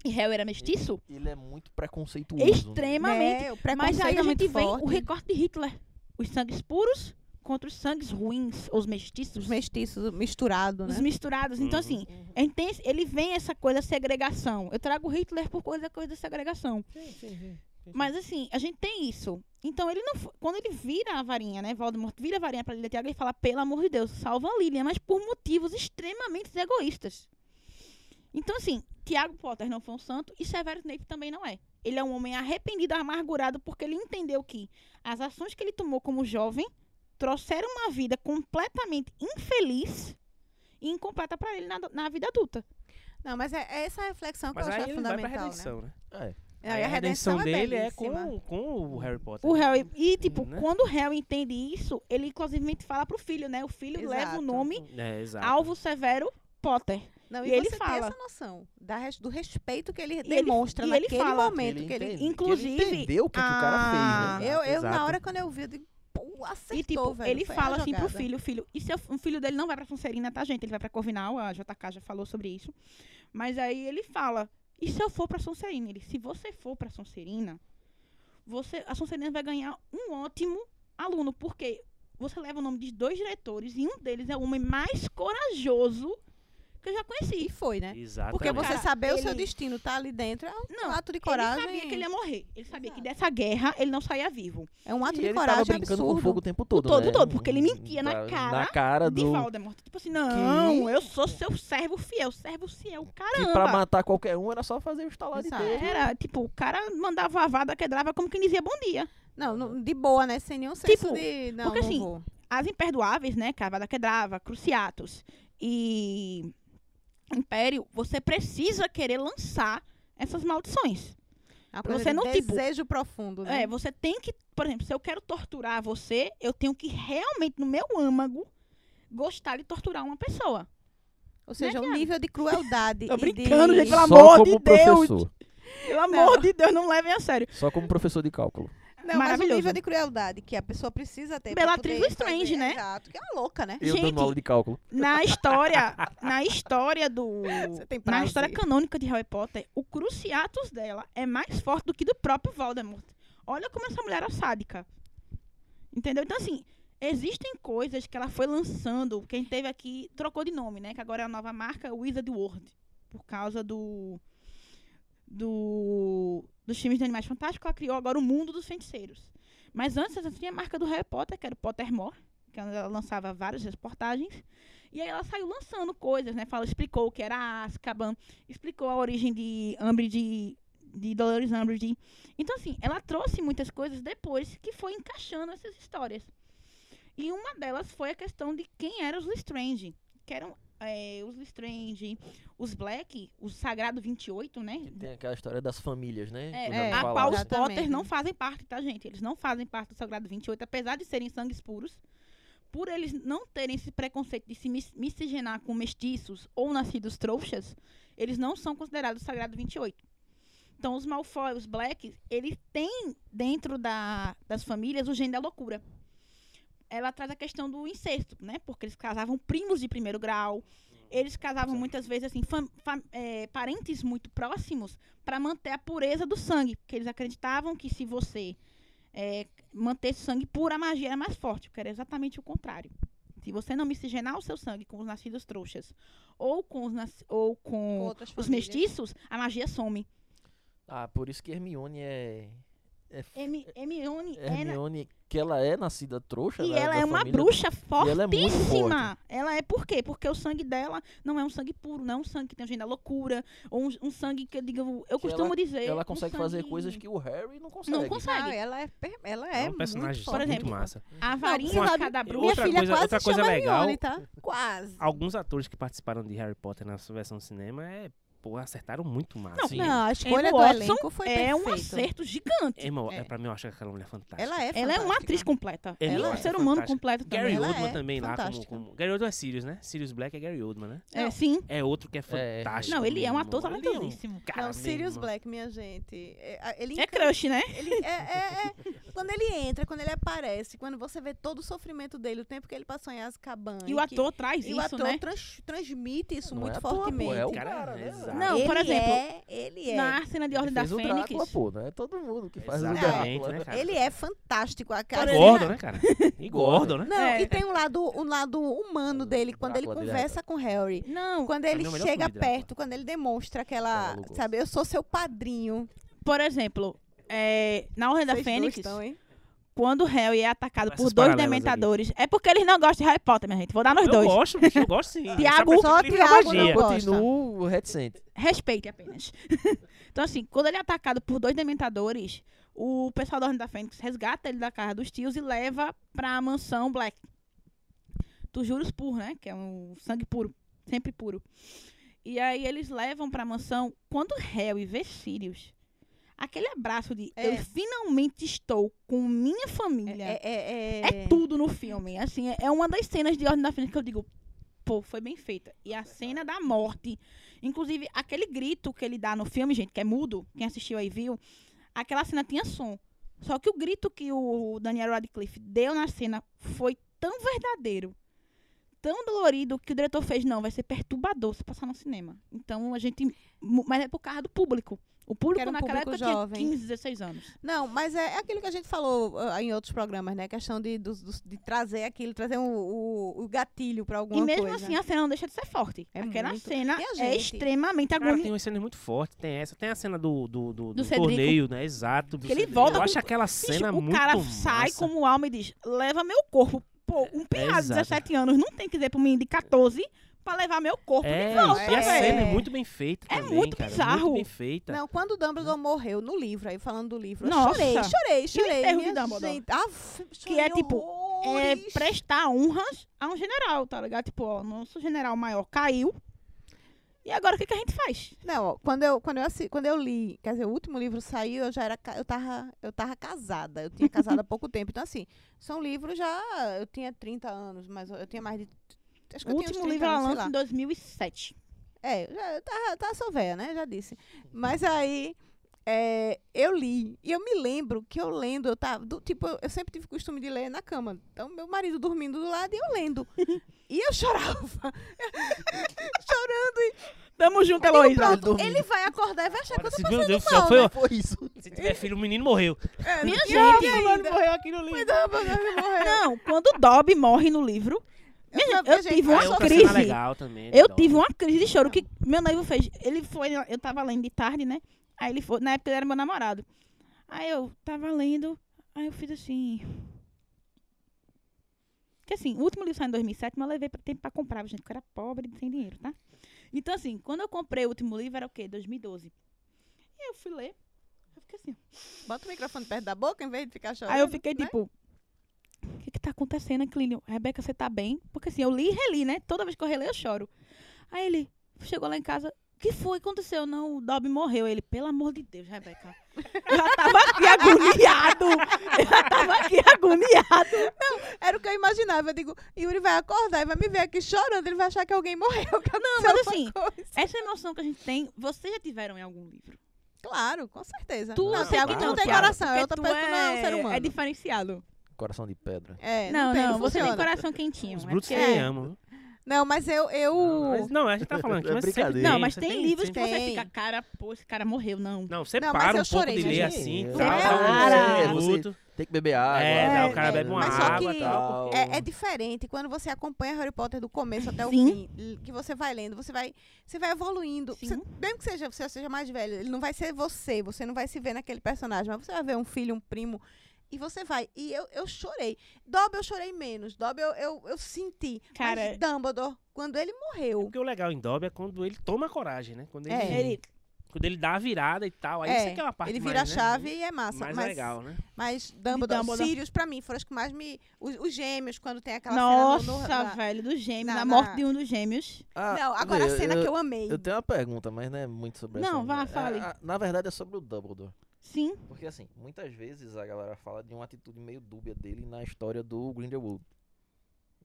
Speaker 1: E Harry era mestiço.
Speaker 4: Ele é muito preconceituoso. né?
Speaker 1: Extremamente.
Speaker 2: É, o
Speaker 1: Mas
Speaker 2: preconceito
Speaker 1: aí
Speaker 2: é
Speaker 1: a
Speaker 2: muito
Speaker 1: gente vem
Speaker 2: forte.
Speaker 1: o recorte de Hitler. Os sangues puros contra os sangues ruins, os mestiços.
Speaker 2: Os mestiços misturados,
Speaker 1: Os
Speaker 2: né?
Speaker 1: misturados. Então,
Speaker 3: Uhum.
Speaker 1: assim, é intenso- ele vem essa coisa da segregação. Eu trago Hitler por coisa, coisa da segregação. Mas, assim, a gente tem isso. Então, ele não. fo- Quando ele vira a varinha, né? Voldemort vira a varinha pra Lilian Tiago, ele fala: pelo amor de Deus, salva a Lilian, mas por motivos extremamente egoístas. Então, assim, Tiago Potter não foi um santo e Severo Snape também não é. Ele é um homem arrependido, amargurado, porque ele entendeu que as ações que ele tomou como jovem trouxeram uma vida completamente infeliz e incompleta pra ele na, na vida adulta.
Speaker 2: Não, mas é, é essa reflexão que
Speaker 3: Mas
Speaker 2: eu acho
Speaker 3: aí
Speaker 2: que é
Speaker 3: ele vai pra
Speaker 2: fundamental, né?
Speaker 3: redenção, né?
Speaker 4: É.
Speaker 2: Aí
Speaker 3: Aí a redenção dele é
Speaker 2: belíssima.
Speaker 3: com, com o Harry Potter.
Speaker 1: O
Speaker 3: né?
Speaker 1: Harry, e tipo,
Speaker 3: Né?
Speaker 1: quando o Harry entende isso, ele inclusive fala pro filho, né? O filho leva
Speaker 2: Exato.
Speaker 1: o nome
Speaker 3: É, exato.
Speaker 1: Alvo Severo Potter.
Speaker 2: Não,
Speaker 1: E
Speaker 2: e,
Speaker 1: ele
Speaker 2: você
Speaker 1: fala.
Speaker 2: tem essa noção da res- do respeito que ele
Speaker 1: ele-
Speaker 2: demonstra
Speaker 1: e ele
Speaker 2: naquele
Speaker 1: fala.
Speaker 2: momento que ele.
Speaker 4: entende- que
Speaker 1: Inclusive,
Speaker 4: ele entendeu o que, que o cara
Speaker 1: a-
Speaker 4: fez, né?
Speaker 2: Eu, eu
Speaker 3: Exato.
Speaker 2: na hora quando eu vi, eu digo, pô, acertou,
Speaker 1: e tipo,
Speaker 2: velho.
Speaker 1: ele
Speaker 2: foi a
Speaker 1: fala assim pro
Speaker 2: jogada.
Speaker 1: filho, filho, e se eu- o filho dele não vai pra Sonserina, tá, gente? Ele vai pra Corvinal, a JK já falou sobre isso. Mas aí ele fala, e se eu for pra Sonserina? Ele, se você for pra Sonserina, você, a Sonserina vai ganhar um ótimo aluno, porque você leva o nome de dois diretores e um deles é o homem mais corajoso que eu já
Speaker 2: E
Speaker 1: conheci.
Speaker 2: foi, né?
Speaker 3: Exatamente.
Speaker 2: Porque você
Speaker 1: Cara,
Speaker 2: saber o seu
Speaker 1: ele-
Speaker 2: destino tá ali dentro é um
Speaker 1: Não,
Speaker 2: ato de coragem.
Speaker 1: Ele sabia que ele é um ia morrer. Ele sabia que dessa guerra ele não saía vivo.
Speaker 2: É um ato
Speaker 4: E
Speaker 2: de
Speaker 4: ele tava
Speaker 2: coragem
Speaker 4: brincando com
Speaker 2: absurdo.
Speaker 4: o fogo o tempo todo,
Speaker 1: todo,
Speaker 4: né?
Speaker 1: todo, porque ele mentia na
Speaker 4: Tá-
Speaker 1: cara
Speaker 4: Na cara
Speaker 1: De
Speaker 4: do...
Speaker 1: Voldemort. Tipo assim, não, eu sou seu servo fiel, servo fiel,
Speaker 4: Que
Speaker 1: caramba.
Speaker 4: pra matar qualquer um era só fazer o estalar de
Speaker 2: Exato.
Speaker 4: dedo.
Speaker 1: Era, tipo, o cara mandava a vada, quebrava como quem dizia bom dia.
Speaker 2: Não, não- de boa, né? Sem nenhum senso
Speaker 1: Tipo,
Speaker 2: de. Não,
Speaker 1: porque
Speaker 2: não
Speaker 1: assim,
Speaker 2: vou.
Speaker 1: As imperdoáveis, né, Cavada Quedrava, Cruciatus e Império, você precisa querer lançar essas maldições.
Speaker 2: É Uma coisa
Speaker 1: você
Speaker 2: de
Speaker 1: não, tipo-
Speaker 2: desejo profundo, né?
Speaker 1: É, você tem que, por exemplo, se eu quero torturar você, eu tenho que realmente, no meu âmago, gostar de torturar uma pessoa.
Speaker 2: Ou seja, um nível de crueldade.
Speaker 1: né, Tô
Speaker 2: e
Speaker 1: brincando,
Speaker 2: de...
Speaker 1: gente, pelo
Speaker 4: Só
Speaker 1: amor de
Speaker 4: como
Speaker 1: Deus.
Speaker 4: professor.
Speaker 1: Pelo amor de Deus, não levem a sério.
Speaker 4: Só como professor de cálculo.
Speaker 2: Não, mas o
Speaker 1: Maravilhoso.
Speaker 2: nível de crueldade que a pessoa precisa ter. pra
Speaker 1: Bellatrix
Speaker 2: poder
Speaker 1: Lestrange,
Speaker 2: fazer-
Speaker 1: né?
Speaker 2: Exato, que é uma louca, né?
Speaker 4: Eu
Speaker 1: Gente,
Speaker 4: dando aula de cálculo.
Speaker 1: Na história, na história do.
Speaker 2: Você tem
Speaker 1: Na
Speaker 2: prazer.
Speaker 1: história canônica de Harry Potter, o cruciatus dela é mais forte do que do próprio Voldemort. Olha como essa mulher é sádica. Entendeu? Então, assim, existem coisas que ela foi lançando. Quem teve aqui trocou de nome, né? Que agora é a nova marca Wizard World. Por causa do. do dos filmes de Animais Fantásticos, ela criou agora o mundo dos feiticeiros. Mas antes, ela tinha a marca do Harry Potter, que era o Pottermore, que ela lançava várias reportagens. E aí ela saiu lançando coisas, né? Fala, explicou o que era Azkaban, explicou a origem de Umbridge, de Dolores Umbridge. Então, assim, ela trouxe muitas coisas depois que foi encaixando essas histórias. E uma delas foi a questão de quem eram os Lestrange, que eram eh, os Lestrange, os Black, o Sagrado 28, né?
Speaker 4: Tem aquela história das famílias, né?
Speaker 1: É,
Speaker 4: Que já me
Speaker 2: é.
Speaker 1: A
Speaker 4: falaram.
Speaker 1: qual os
Speaker 2: Exatamente.
Speaker 1: Potter não fazem parte, tá, gente? Eles não fazem parte do Sagrado 28, apesar de serem sangues puros. Por eles não terem esse preconceito de se mis- miscigenar com mestiços ou nascidos trouxas, eles não são considerados Sagrado 28. Então, os Malfoy, os Blacks, eles têm dentro da- das famílias o gene da loucura. Ela traz a questão do incesto, né? Porque eles casavam primos de primeiro grau, eles casavam muitas vezes assim fam- fam- eh, parentes muito próximos para manter a pureza do sangue, porque eles acreditavam que se você eh, mantesse o sangue puro, a magia era mais forte, porque era exatamente o contrário. Se você não miscigenar o seu sangue com os nascidos trouxas ou com os, nas- ou
Speaker 2: Com
Speaker 1: com
Speaker 2: outras
Speaker 1: os
Speaker 2: famílias.
Speaker 1: mestiços, a magia some.
Speaker 4: Ah, por isso que Hermione é... é f-
Speaker 1: Hermi- Hermione é na-
Speaker 4: Hermione, que ela é nascida trouxa,
Speaker 1: E
Speaker 4: né,
Speaker 1: ela
Speaker 4: da
Speaker 1: é uma
Speaker 4: família.
Speaker 1: bruxa
Speaker 4: E ela é muito
Speaker 1: fortíssima. Ela é por quê? Porque o sangue dela não é um sangue puro, não é um sangue que tem gente da loucura, ou um, um sangue que eu digo, eu
Speaker 4: Que
Speaker 1: costumo dizer.
Speaker 4: Ela
Speaker 1: um
Speaker 4: consegue fazer
Speaker 1: sangue-
Speaker 4: coisas que o Harry não consegue.
Speaker 1: não consegue.
Speaker 2: Não, ela é, per- ela é,
Speaker 3: É um personagem
Speaker 2: muito
Speaker 1: Por
Speaker 2: forte.
Speaker 1: exemplo,
Speaker 3: muito massa.
Speaker 1: A varinha
Speaker 3: com a-
Speaker 1: de cada bruxa.
Speaker 2: Minha
Speaker 3: Outra
Speaker 2: filha
Speaker 3: coisa-
Speaker 2: quase
Speaker 3: outra
Speaker 2: se
Speaker 3: coisa
Speaker 2: chama
Speaker 3: legal-
Speaker 2: Hermione, tá? Quase.
Speaker 3: Alguns atores que participaram de Harry Potter na sua versão cinema é, pô, acertaram muito massa.
Speaker 4: Não, Sim.
Speaker 2: Não, a escolha
Speaker 1: Emma
Speaker 2: do
Speaker 1: Watson
Speaker 2: elenco foi
Speaker 1: é um
Speaker 2: perfeita.
Speaker 1: acerto gigante.
Speaker 3: Emma, é.
Speaker 2: É.
Speaker 3: pra mim, eu acho que aquela mulher é fantástica.
Speaker 2: Ela é
Speaker 1: Ela é uma
Speaker 2: fantástica.
Speaker 1: atriz completa.
Speaker 3: Ela
Speaker 1: Ela é um
Speaker 3: é
Speaker 1: ser humano
Speaker 3: fantástica.
Speaker 1: completo
Speaker 3: Gary
Speaker 1: também.
Speaker 2: Ela
Speaker 3: Oldman
Speaker 2: é
Speaker 3: também lá como,
Speaker 2: fantástica.
Speaker 3: como... Gary Oldman é Sirius, né? Sirius Black é Gary Oldman, né?
Speaker 1: É, sim.
Speaker 3: É outro que é
Speaker 4: É, é.
Speaker 3: fantástico.
Speaker 1: Não, ele é um
Speaker 3: meu
Speaker 1: ator
Speaker 3: irmão. Ele é um
Speaker 1: talentosíssimo.
Speaker 3: cara,
Speaker 2: Não,
Speaker 3: meu
Speaker 2: Sirius
Speaker 3: irmão.
Speaker 2: Black, minha gente. é- a- Ele
Speaker 1: É crush, né?
Speaker 2: Ele, é, é- é- quando ele entra, quando ele aparece, quando você vê todo o sofrimento dele, o tempo que ele passou em Azkaban.
Speaker 1: E o
Speaker 2: que-
Speaker 1: ator traz
Speaker 2: e
Speaker 1: isso,
Speaker 2: o ator
Speaker 1: né?
Speaker 2: trans- transmite isso
Speaker 4: Não é
Speaker 2: muito
Speaker 4: à toa, pô,
Speaker 2: fortemente.
Speaker 4: É o
Speaker 3: Cara,
Speaker 4: cara, né?
Speaker 3: exato.
Speaker 1: Não,
Speaker 2: ele
Speaker 1: por exemplo,
Speaker 2: é, ele é.
Speaker 1: Na cena de Ordem
Speaker 4: Ele
Speaker 1: da
Speaker 4: fez o
Speaker 1: Fênix.
Speaker 4: Drácula, pô, não é todo mundo que faz o
Speaker 3: Exatamente,
Speaker 4: Drácula.
Speaker 3: né, cara?
Speaker 2: Ele é fantástico. A, a
Speaker 1: Por
Speaker 2: cena-
Speaker 1: exemplo-
Speaker 3: Gordo, né, cara? E gordo, né?
Speaker 2: Não,
Speaker 1: É.
Speaker 2: e tem um lado, um lado humano dele, quando ele
Speaker 4: Drácula dele é
Speaker 2: conversa com Harry.
Speaker 1: Não,
Speaker 2: Quando
Speaker 3: mim,
Speaker 2: ele
Speaker 3: o melhor
Speaker 2: chega
Speaker 3: filme de Drácula.
Speaker 2: perto, quando ele demonstra aquela.
Speaker 4: Ela alugou.
Speaker 2: Sabe, eu sou seu padrinho.
Speaker 1: por exemplo, é, na Ordem da
Speaker 2: Vocês dois
Speaker 1: Fênix,
Speaker 2: estão, hein?
Speaker 1: quando o Harry é atacado
Speaker 3: Essas
Speaker 1: por dois
Speaker 3: paralelas ali.
Speaker 1: dementadores, é porque eles não gostam de Harry Potter, minha gente. Vou dar nos
Speaker 3: eu
Speaker 1: dois.
Speaker 3: gosto, bicho, eu gosto sim.
Speaker 1: Tiago,
Speaker 3: Essa pessoa
Speaker 2: só
Speaker 3: que
Speaker 2: Tiago
Speaker 3: liga magia.
Speaker 2: não gosta.
Speaker 4: Continuo reticente.
Speaker 1: Respeite apenas. então, assim, quando ele é atacado por dois dementadores, o pessoal da Ordem da Fênix resgata ele da casa dos tios e leva pra mansão Black. Do juros puro, né? Que é um sangue puro. Sempre puro. E aí eles levam pra mansão. Quando Harry vê Sirius, Aquele abraço de
Speaker 2: É.
Speaker 1: eu finalmente estou com minha família.
Speaker 2: É, é,
Speaker 1: É tudo no filme. Assim, é- é uma das cenas de Ordem da Fênix que eu digo, pô, foi bem feita. E a cena da morte, inclusive aquele grito que ele dá no filme, gente, que é mudo, quem assistiu aí viu, aquela cena tinha som. Só que o grito que o Daniel Radcliffe deu na cena foi tão verdadeiro, tão dolorido, que o diretor fez, não, vai ser perturbador se passar no cinema. Então a gente. mu- Mas é por causa do público. O público
Speaker 2: Quero um
Speaker 1: naquela
Speaker 2: público
Speaker 1: época
Speaker 2: jovem.
Speaker 1: tinha 15, 16 anos.
Speaker 2: Não, mas é, é aquilo que a gente falou ah, em outros programas, né? A questão de, dos- dos- de trazer aquilo, trazer o, o- o gatilho pra alguma
Speaker 1: e mesmo
Speaker 2: coisa.
Speaker 1: assim a cena não deixa de ser forte.
Speaker 2: É
Speaker 1: Aquela
Speaker 2: muito.
Speaker 1: cena
Speaker 2: E a
Speaker 1: é
Speaker 2: gente?
Speaker 1: extremamente
Speaker 3: Cara, tem
Speaker 1: agoniante.
Speaker 3: umas cenas muito fortes. Tem essa. Tem a cena do, do, do, do
Speaker 1: Cedrico.
Speaker 3: torneio, né? Exato. do
Speaker 1: Que ele
Speaker 3: Cedrico.
Speaker 1: volta
Speaker 3: Eu
Speaker 1: com-
Speaker 3: acho aquela cena
Speaker 1: o
Speaker 3: muito
Speaker 1: cara sai um
Speaker 3: massa.
Speaker 1: como alma e diz: leva meu corpo. Pô, um piado de
Speaker 3: exato.
Speaker 1: 17 anos não tem que dizer pra um menino de 14 pra levar meu corpo
Speaker 3: É,
Speaker 1: de volta, né?
Speaker 3: isso. e a
Speaker 2: velho.
Speaker 3: cena é muito bem feita
Speaker 1: É
Speaker 3: também,
Speaker 1: muito
Speaker 3: cara,
Speaker 1: bizarro. é
Speaker 3: Muito bem feita.
Speaker 2: Não, quando o Dumbledore morreu, no livro, aí falando do livro, eu
Speaker 1: Nossa.
Speaker 2: chorei, chorei, chorei.
Speaker 1: enterro de
Speaker 2: minha
Speaker 1: Dumbledore?
Speaker 2: gente. Aff,
Speaker 1: Que é
Speaker 2: chorei
Speaker 1: tipo, É
Speaker 2: horrores.
Speaker 1: prestar honras a um general, tá ligado? Tipo, ó, nosso general maior caiu. E agora o que, que a gente faz?
Speaker 2: Não, ó, quando eu, quando, eu, assi- quando eu li, quer dizer, o último livro saiu, eu já era, ca- eu tava, eu tava casada, eu tinha casado há pouco tempo. Então, assim, são livros já, eu tinha 30 anos, mas eu tinha mais de, acho que
Speaker 1: o
Speaker 2: eu tinha uns
Speaker 1: último
Speaker 2: 30
Speaker 1: livro ela
Speaker 2: anos, sei lá.
Speaker 1: lança em 2007.
Speaker 2: É, eu já, tá, tá sou véia, né? Já disse. Mas aí é, eu li. E eu me lembro que eu lendo, eu tava. do- tipo, eu, eu sempre tive costume de ler na cama. Então, meu marido dormindo do lado e eu lendo. E eu chorava.
Speaker 1: Tamo junto,
Speaker 2: Digo,
Speaker 1: Heloísa.
Speaker 2: pronto,
Speaker 4: dormindo.
Speaker 2: ele vai acordar e vai achar que eu tô
Speaker 3: Se-
Speaker 2: passando
Speaker 3: meu Deus do
Speaker 2: mal,
Speaker 3: céu, foi,
Speaker 2: né?
Speaker 3: ó,
Speaker 4: Foi isso.
Speaker 3: se tiver filho, o menino morreu.
Speaker 2: É,
Speaker 1: Minha
Speaker 2: e
Speaker 1: gente,
Speaker 2: eu
Speaker 3: Fulano
Speaker 2: ainda-
Speaker 3: morreu aqui no livro.
Speaker 1: Não, quando o Dobby morre no livro,
Speaker 2: Eu
Speaker 1: Minha gente,
Speaker 2: só-
Speaker 1: eu tive uma
Speaker 2: eu só-
Speaker 3: outra
Speaker 1: crise.
Speaker 3: cena legal também.
Speaker 1: Eu
Speaker 3: de
Speaker 1: tive um
Speaker 3: dó.
Speaker 1: uma crise de choro que meu noivo fez. Ele foi, eu tava lendo de tarde, né? Aí ele foi, na época ele era meu namorado. Aí eu tava lendo, aí eu fiz assim. Que assim, o último livro saiu em 2007, mas eu levei pra- tempo pra comprar, gente, porque eu era pobre e sem dinheiro, tá? Então assim, quando eu comprei o último livro era o quê? 2012. E eu fui ler, eu fiquei assim.
Speaker 2: Bota o microfone perto da boca em vez de ficar chorando.
Speaker 1: Aí eu fiquei
Speaker 2: né?
Speaker 1: tipo, o que que tá acontecendo, Clínio? Rebeca, você tá bem? Porque assim, eu li e reli, né? Toda vez que eu releio, eu choro. Aí ele chegou lá em casa, o que foi? Aconteceu? Não, o Dobby morreu. Ele, pelo amor de Deus, Rebeca. Eu já tava aqui agoniado. Eu já tava aqui agoniado. tipo
Speaker 2: Era o que eu imaginava. Eu digo, Yuri vai acordar e vai me ver aqui chorando. Ele vai achar que alguém morreu. que
Speaker 1: Não,
Speaker 2: aconteceu
Speaker 1: mas
Speaker 2: alguma
Speaker 1: assim,
Speaker 2: coisa.
Speaker 1: essa emoção que a gente tem, vocês já tiveram em algum livro?
Speaker 2: Claro, com certeza.
Speaker 1: Tu, eu
Speaker 2: não, tem
Speaker 1: sei que
Speaker 2: algo que
Speaker 1: não,
Speaker 2: não tem
Speaker 1: Thiago,
Speaker 2: coração,
Speaker 1: porque
Speaker 2: é outra
Speaker 1: tu
Speaker 2: pessoa, tu não é um ser humano.
Speaker 1: É diferenciado.
Speaker 4: Coração de pedra.
Speaker 2: É,
Speaker 1: não, não,
Speaker 2: tem,
Speaker 1: você tem
Speaker 2: funciona.
Speaker 1: coração quentinho.
Speaker 3: Os
Speaker 1: é
Speaker 3: brutos
Speaker 1: porque-
Speaker 3: também amam.
Speaker 2: Não, mas eu. eu...
Speaker 3: Mas, não, a gente tá falando aqui,
Speaker 4: É
Speaker 3: mas sempre
Speaker 4: brincadeira.
Speaker 1: Não, mas
Speaker 3: você
Speaker 1: tem, livros que é
Speaker 3: sempre-
Speaker 1: você
Speaker 2: Tem.
Speaker 1: fica, cara, pô, esse cara morreu, não.
Speaker 3: Não, você
Speaker 2: Não, mas
Speaker 3: para
Speaker 2: eu
Speaker 3: um pouco de
Speaker 2: chorei,
Speaker 3: ler
Speaker 2: gente.
Speaker 3: assim,
Speaker 4: Sim,
Speaker 3: tal,
Speaker 2: é.
Speaker 3: dá um
Speaker 1: É,
Speaker 4: você-
Speaker 3: minuto.
Speaker 4: Tem que beber água.
Speaker 3: É,
Speaker 2: dá, o cara
Speaker 4: né?
Speaker 3: bebe uma
Speaker 2: Mas só
Speaker 3: água,
Speaker 2: que
Speaker 3: tal.
Speaker 2: É, é diferente quando você acompanha Harry Potter do começo até o
Speaker 1: Sim.
Speaker 2: fim, que você vai lendo, você vai, você vai evoluindo.
Speaker 1: Sim.
Speaker 2: Você- mesmo que seja, você seja mais velho, ele não vai ser você, você não vai se ver naquele personagem, mas você vai ver um filho, um primo, e você vai. E eu, eu chorei. Dobby eu chorei menos, Dobby eu, eu, eu senti.
Speaker 1: Cara-
Speaker 2: Mas Dumbledore, quando ele morreu,
Speaker 3: Porque o legal em Dobby é quando ele toma coragem, né? Quando ele,
Speaker 2: É.
Speaker 1: Ele,
Speaker 3: quando ele dá a virada e tal. Aí
Speaker 2: É,
Speaker 3: isso aqui é uma parte
Speaker 2: ele
Speaker 3: mais,
Speaker 2: vira a
Speaker 3: né,
Speaker 2: chave e é massa.
Speaker 3: Mais
Speaker 2: mas,
Speaker 3: legal, né?
Speaker 2: Mas Dumbledore,
Speaker 1: Dumbledore.
Speaker 2: Sirius, pra mim, foram os que mais me. Os, os gêmeos, quando tem aquela
Speaker 1: Nossa,
Speaker 2: cena no- no- na-
Speaker 1: velho, do gêmeo,
Speaker 2: na- na-
Speaker 1: na morte de um dos gêmeos.
Speaker 4: Ah,
Speaker 2: Não, agora a
Speaker 4: vê,
Speaker 2: cena que eu amei.
Speaker 4: Eu tenho uma pergunta, mas não é muito sobre essa
Speaker 1: Não,
Speaker 4: ainda.
Speaker 1: vá,
Speaker 4: É,
Speaker 1: fale.
Speaker 4: a- na verdade é sobre o Dumbledore.
Speaker 1: Sim,
Speaker 4: Porque assim, muitas vezes a galera fala de uma atitude meio dúbia dele na história do Grindelwald.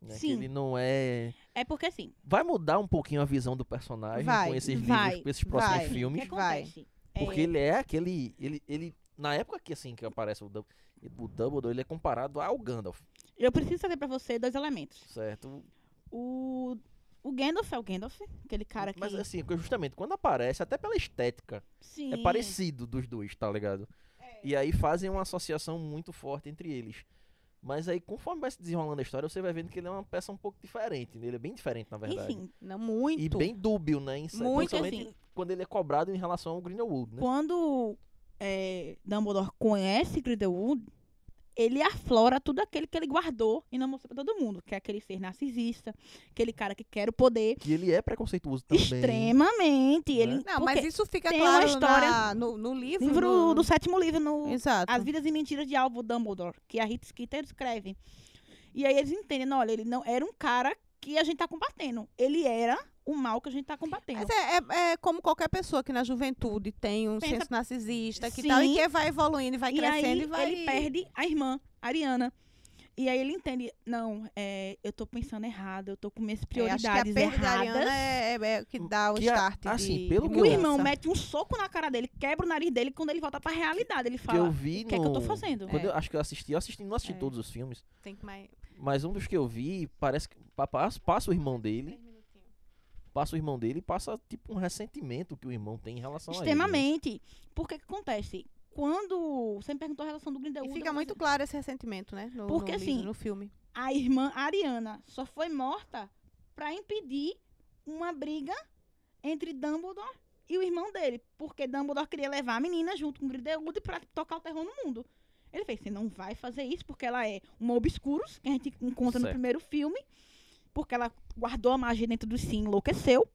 Speaker 4: Né, que
Speaker 1: Sim.
Speaker 4: ele não é.
Speaker 1: é porque assim,
Speaker 4: Vai mudar um pouquinho a visão do personagem
Speaker 2: Vai,
Speaker 4: com esses
Speaker 1: vai, É
Speaker 4: livros, com esses próximos
Speaker 2: vai.
Speaker 1: o que
Speaker 4: filmes.
Speaker 2: vai.
Speaker 1: acontece?
Speaker 4: Porque
Speaker 1: É,
Speaker 4: ele é aquele. Ele, ele, na época que assim que aparece o Dumbledore, o Dumbledore ele é comparado ao Gandalf,
Speaker 1: Eu preciso trazer pra você dois elementos.
Speaker 4: certo?
Speaker 1: O, o Gandalf é o Gandalf, aquele cara que...
Speaker 4: Mas assim, porque justamente quando aparece, até pela estética,
Speaker 1: sim,
Speaker 4: é parecido dos dois, tá ligado?
Speaker 1: É.
Speaker 4: E aí fazem uma associação muito forte entre eles. Mas aí, conforme vai se desenrolando a história, você vai vendo que ele é uma peça um pouco diferente. né? Ele é bem diferente, na verdade.
Speaker 1: Enfim, assim,
Speaker 2: Não, muito.
Speaker 4: E bem dúbio, né? Em
Speaker 2: Muito
Speaker 4: principalmente quando ele é cobrado em relação ao Grindelwald, né?
Speaker 1: quando é, Dumbledore conhece Grindelwald, ele aflora tudo aquilo que ele guardou e não mostrou pra todo mundo, que é aquele ser narcisista, aquele cara que quer o poder
Speaker 4: Que ele é preconceituoso também.
Speaker 1: extremamente. Ele,
Speaker 4: Né?
Speaker 2: Não,
Speaker 1: porque
Speaker 2: mas isso fica
Speaker 1: tem uma
Speaker 2: claro
Speaker 1: história-
Speaker 2: na- no, no livro.
Speaker 1: livro
Speaker 2: no-
Speaker 1: do sétimo livro, no,
Speaker 2: Exato.
Speaker 1: As Vidas e Mentiras de Alvo Dumbledore, que é a Rita Skeeter escreve. E aí eles entendem, olha, ele não era um cara que a gente tá combatendo. Ele era o mal que a gente tá combatendo.
Speaker 2: Mas é, é- é como qualquer pessoa que na juventude tem um
Speaker 1: Pensa-
Speaker 2: senso narcisista que tal, e
Speaker 1: Sim.
Speaker 2: que vai evoluindo, e vai
Speaker 1: e
Speaker 2: crescendo
Speaker 1: aí
Speaker 2: e vai.
Speaker 1: ele perde a irmã, a Ariana. E aí ele entende, não, é, eu tô pensando errado, eu tô com minhas
Speaker 2: É,
Speaker 1: prioridades
Speaker 2: acho que a perda da
Speaker 1: erradas.
Speaker 2: Ariana é, é- é o que dá o
Speaker 4: Que a-
Speaker 2: start.
Speaker 4: assim,
Speaker 2: de-
Speaker 4: pelo
Speaker 2: de
Speaker 4: que eu-
Speaker 1: O irmão
Speaker 2: mudança.
Speaker 1: mete um soco na cara dele, quebra o nariz dele, quando ele volta pra realidade, ele
Speaker 4: que
Speaker 1: fala,
Speaker 4: eu
Speaker 1: o
Speaker 4: vi
Speaker 1: que é que eu tô
Speaker 4: no-
Speaker 1: fazendo?
Speaker 4: Quando
Speaker 2: É.
Speaker 4: eu, acho que eu assisti, eu assisti, não assisti
Speaker 2: É.
Speaker 4: todos os filmes,
Speaker 2: Tem que mais.
Speaker 4: mas um dos que eu vi, parece que pa- passa, passa o irmão dele, passa o irmão dele e passa tipo um ressentimento que o irmão tem em relação a ele. né?
Speaker 1: Extremamente. Porque o que acontece? Quando. Você me perguntou a relação do Grindelwald.
Speaker 2: E
Speaker 1: eu
Speaker 2: fica
Speaker 1: vou
Speaker 2: muito
Speaker 1: dizer.
Speaker 2: claro esse ressentimento, né? No,
Speaker 1: Porque,
Speaker 2: no livro,
Speaker 1: assim,
Speaker 2: no filme.
Speaker 1: A irmã Ariana só foi morta pra impedir uma briga entre Dumbledore e o irmão dele. Porque Dumbledore queria levar a menina junto com Grindelwald pra tocar o terror no mundo. Ele fez: você não vai fazer isso porque ela é uma obscuros, que a gente encontra no
Speaker 4: Certo.
Speaker 1: primeiro filme. Porque ela guardou a magia dentro do si, enlouqueceu.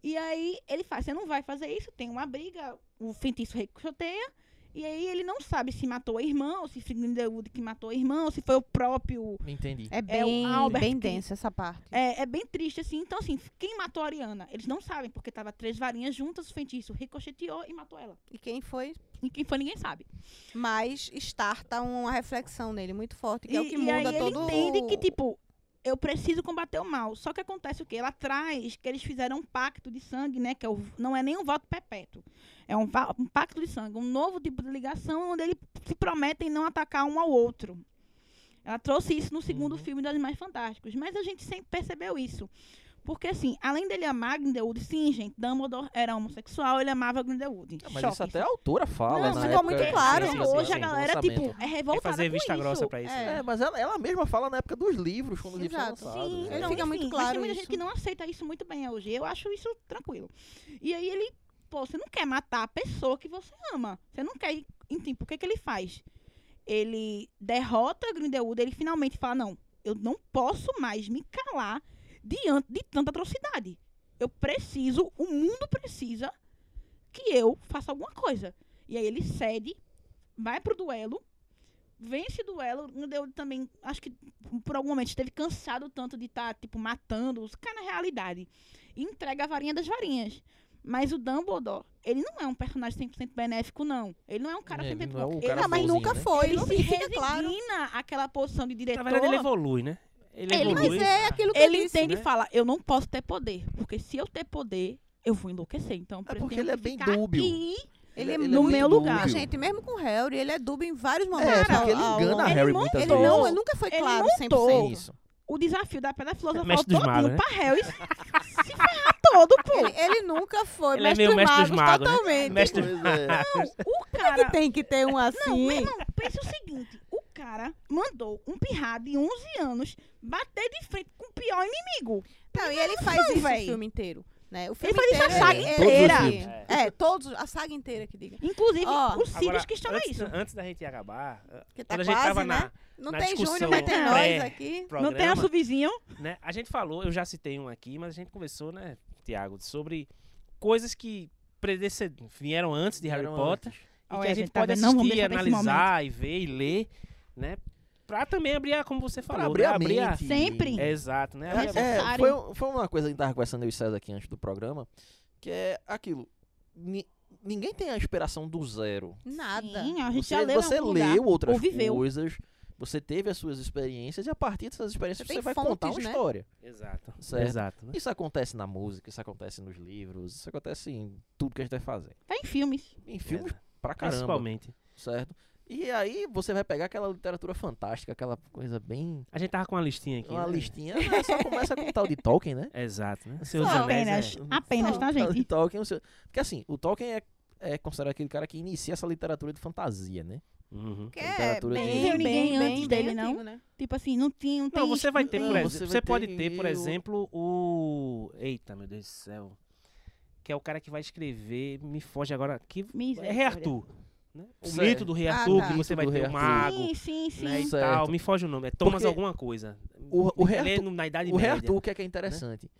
Speaker 1: E aí ele faz: você não vai fazer isso, tem uma briga, o feitiço ricocheteia. E aí ele não sabe se matou a irmã, ou se foi Grindelwald que matou a irmã, ou se foi o próprio.
Speaker 4: Entendi.
Speaker 2: É bem,
Speaker 1: Albert
Speaker 2: bem
Speaker 1: que-
Speaker 2: denso essa parte.
Speaker 1: É, é bem triste, assim. Então, assim, quem matou a Ariana? Eles não sabem, porque tava três varinhas juntas, o feitiço ricocheteou e matou ela.
Speaker 2: E quem foi
Speaker 1: E quem foi, ninguém sabe.
Speaker 2: mais starta uma reflexão nele muito forte, que é o que
Speaker 1: e
Speaker 2: muda
Speaker 1: aí ele
Speaker 2: todo
Speaker 1: entende
Speaker 2: o-
Speaker 1: que, tipo, eu preciso combater o mal. Só que acontece o quê? Lá atrás, que eles fizeram um pacto de sangue, né? Que é o- não é nem um voto perpétuo. É um, va- um pacto de sangue, um novo tipo de ligação onde eles se prometem não atacar um ao outro. Ela trouxe isso no segundo
Speaker 4: Uhum.
Speaker 1: filme dos Animais Fantásticos. Mas a gente sempre percebeu isso. Porque, assim, além dele amar Grindelwald, sim, gente, Dumbledore era homossexual, ele amava Grindelwald.
Speaker 4: Ah, Mas
Speaker 1: Choque,
Speaker 4: isso até a autora fala, né,
Speaker 2: Não,
Speaker 4: na
Speaker 2: ficou
Speaker 4: época
Speaker 2: muito
Speaker 4: que
Speaker 2: claro.
Speaker 4: fez,
Speaker 1: Até
Speaker 4: assim,
Speaker 1: hoje a
Speaker 4: assim,
Speaker 1: galera,
Speaker 4: lançamento.
Speaker 1: tipo, é
Speaker 3: É
Speaker 1: revoltada
Speaker 3: fazer
Speaker 1: com
Speaker 3: vista
Speaker 1: isso.
Speaker 3: grossa pra isso. né?
Speaker 4: É, mas ela, ela mesma fala na época dos livros, quando os livros
Speaker 2: Exato.
Speaker 4: são lançados.
Speaker 2: Sim,
Speaker 4: né?
Speaker 2: ele fica muito
Speaker 1: enfim, assim, Mas
Speaker 2: claro
Speaker 1: tem muita
Speaker 2: isso.
Speaker 1: gente que não aceita isso muito bem hoje. Eu acho isso tranquilo. E aí ele, pô, você não quer matar a pessoa que você ama. Você não quer. ir- Enfim, por que, que ele faz? Ele derrota Grindelwald, ele finalmente fala: não, eu não posso mais me calar diante de tanta atrocidade. Eu preciso, um o mundo precisa que eu faça alguma coisa. E aí ele cede, vai pro duelo, vence o duelo. Grindelwald também, acho que por algum momento esteve cansado tanto de estar, tipo, matando os caras na realidade. E entrega a varinha das varinhas. Mas o Dumbledore, ele não é um personagem 100% benéfico, não. Ele não é um cara
Speaker 4: Ele
Speaker 1: 100%
Speaker 4: não é um
Speaker 1: bom.
Speaker 4: cara
Speaker 2: Não, mas
Speaker 4: bonzinho,
Speaker 2: nunca
Speaker 4: né?
Speaker 2: foi,
Speaker 1: Ele
Speaker 2: não
Speaker 1: se
Speaker 2: fica claro.
Speaker 1: resigna àquela posição de diretor.
Speaker 3: Na verdade, ele evolui, né? Ele
Speaker 1: Ele-
Speaker 3: evolui.
Speaker 2: Mas é aquilo que eu
Speaker 1: Ele
Speaker 2: disse.
Speaker 1: entende
Speaker 3: né?
Speaker 1: e fala: eu não posso ter poder, porque se eu ter poder, eu vou enlouquecer. Então,
Speaker 4: É
Speaker 1: eu
Speaker 4: porque
Speaker 1: tenho
Speaker 4: ele é
Speaker 1: que
Speaker 4: bem
Speaker 1: ficar
Speaker 4: dúbio.
Speaker 1: aqui.
Speaker 2: Ele é
Speaker 4: ele
Speaker 1: no
Speaker 4: muito
Speaker 1: meu
Speaker 4: dúbio.
Speaker 1: lugar.
Speaker 2: Mas, gente, mesmo com o Harry, ele é dúbio em vários momentos.
Speaker 4: É, porque ele
Speaker 2: ao- ao-
Speaker 4: engana a
Speaker 1: Ele
Speaker 4: Harry
Speaker 1: monta-
Speaker 4: muitas
Speaker 2: Ele
Speaker 4: vezes.
Speaker 2: não, ele nunca foi
Speaker 1: Ele
Speaker 2: claro
Speaker 1: montou.
Speaker 2: 100%.
Speaker 4: Isso.
Speaker 1: O desafio da pedra filosofal
Speaker 3: Mestre dos
Speaker 1: todinho
Speaker 3: magos, né?
Speaker 1: pra Harry se ferrar todo, pô.
Speaker 2: Ele, ele nunca foi
Speaker 3: Ele é
Speaker 2: mestre,
Speaker 3: meio mestre dos
Speaker 2: magos,
Speaker 3: magos, né?
Speaker 2: totalmente.
Speaker 3: Mestre-
Speaker 4: Pois é.
Speaker 1: Não, o
Speaker 2: que
Speaker 1: cara.
Speaker 2: tem que ter um
Speaker 1: Não,
Speaker 2: assim.
Speaker 1: meu irmão, pensa o seguinte: o cara mandou um pirrado de 11 anos bater de frente com o pior inimigo.
Speaker 2: Não, e ele faz isso
Speaker 1: véi.
Speaker 2: o filme inteiro. Né? O
Speaker 1: Ele
Speaker 2: filme
Speaker 1: faz isso a
Speaker 2: inteiro,
Speaker 1: saga
Speaker 2: ele- ele-
Speaker 1: inteira.
Speaker 4: Todos os filmes.
Speaker 2: É, todos, a saga inteira que diga.
Speaker 1: Inclusive,
Speaker 2: Ó,
Speaker 1: os Sirius
Speaker 3: Agora,
Speaker 1: que estão a
Speaker 3: antes,
Speaker 1: é isso.
Speaker 3: Antes da gente acabar,
Speaker 2: Que tá
Speaker 3: quando a gente
Speaker 2: quase,
Speaker 3: tava
Speaker 2: né?
Speaker 3: na
Speaker 2: Não
Speaker 3: Na
Speaker 2: tem Júnior,
Speaker 3: discussão
Speaker 2: mas tem
Speaker 3: pré-
Speaker 2: nós aqui.
Speaker 1: Não tem
Speaker 3: programa,
Speaker 1: nosso vizinho.
Speaker 3: né, a gente falou, eu já citei um aqui, mas a gente conversou, né, Tiago, sobre coisas que predece- vieram antes de Harry
Speaker 4: Vieram
Speaker 3: Potter e
Speaker 1: Olha,
Speaker 3: que a
Speaker 1: gente,
Speaker 3: gente
Speaker 1: tá
Speaker 3: pode
Speaker 1: vendo? Não vamos
Speaker 3: assistir,
Speaker 1: deixar desse
Speaker 3: analisar e ver e ler, né, pra também abrir, a, como você falou,
Speaker 4: Pra abrir
Speaker 3: né,
Speaker 4: a mente.
Speaker 1: Sempre.
Speaker 3: É, exato, né?
Speaker 1: É,
Speaker 3: abrir a
Speaker 1: é,
Speaker 3: mente.
Speaker 4: É,
Speaker 1: necessário.
Speaker 4: foi, um- foi uma coisa que a gente tava conversando eu e César aqui antes do programa, que é aquilo. Ni- ninguém tem a inspiração do zero.
Speaker 2: Nada.
Speaker 1: Sim, a gente
Speaker 4: Você,
Speaker 1: já leu. em
Speaker 4: você
Speaker 1: algum
Speaker 4: leu
Speaker 1: lugar,
Speaker 4: outras
Speaker 1: ou viveu.
Speaker 4: coisas, você teve as suas experiências e a partir dessas experiências
Speaker 2: Você
Speaker 4: você,
Speaker 2: tem
Speaker 4: vai
Speaker 2: fontes,
Speaker 4: contar uma
Speaker 2: né?
Speaker 4: história.
Speaker 3: Exato.
Speaker 4: Certo.
Speaker 3: Exato, né?
Speaker 4: Isso acontece na música, isso acontece nos livros, isso acontece em tudo que a gente vai fazer.
Speaker 1: Tá em filmes.
Speaker 4: Em filmes
Speaker 1: É,
Speaker 3: Exato.
Speaker 4: pra caramba,
Speaker 3: Principalmente.
Speaker 4: certo? E aí você vai pegar aquela literatura fantástica, aquela coisa bem...
Speaker 3: A gente tava com uma listinha aqui.
Speaker 4: Uma
Speaker 3: né?
Speaker 4: listinha, né? só começa com o tal de Tolkien, né?
Speaker 3: Exato, né? Seus
Speaker 1: Só
Speaker 3: Anéis, é-
Speaker 1: apenas. Apenas, tá,
Speaker 4: Cara,
Speaker 1: gente?
Speaker 4: de Tolkien, o seu- Porque assim, o Tolkien é, é considerado aquele cara que inicia essa literatura de fantasia, né?
Speaker 3: Uhum.
Speaker 2: Que é
Speaker 4: Literatura
Speaker 2: bem,
Speaker 4: de-
Speaker 2: bem,
Speaker 1: Ninguém
Speaker 2: bem,
Speaker 1: antes
Speaker 2: bem
Speaker 1: dele,
Speaker 2: antigo,
Speaker 1: não?
Speaker 2: né?
Speaker 1: Tipo assim, não tem. Não, tem
Speaker 3: Não, você é vai ter, por
Speaker 1: não-
Speaker 4: você
Speaker 3: exemplo,
Speaker 4: vai
Speaker 3: você, pode
Speaker 4: ter
Speaker 3: ter, por
Speaker 4: o-
Speaker 3: exemplo, o... Eita, meu Deus do céu. Que é o cara que vai escrever, me foge agora, que é Rei
Speaker 1: Misericórdia.
Speaker 3: Arthur. né? O
Speaker 4: Certo.
Speaker 3: mito do Rei Arthur,
Speaker 2: Ah, tá.
Speaker 3: que você vai
Speaker 4: Mito do
Speaker 3: ter o
Speaker 4: Rei Arthur.
Speaker 3: mago,
Speaker 1: Sim, sim, sim.
Speaker 3: né, e
Speaker 4: Certo.
Speaker 3: tal. Me foge o nome, é Thomas
Speaker 4: Porque
Speaker 3: alguma coisa.
Speaker 4: O- o Rei
Speaker 3: Ele é
Speaker 4: Arthur-
Speaker 3: no- na Idade
Speaker 4: o Rei
Speaker 3: Média.
Speaker 4: Arthur, o que é que é interessante?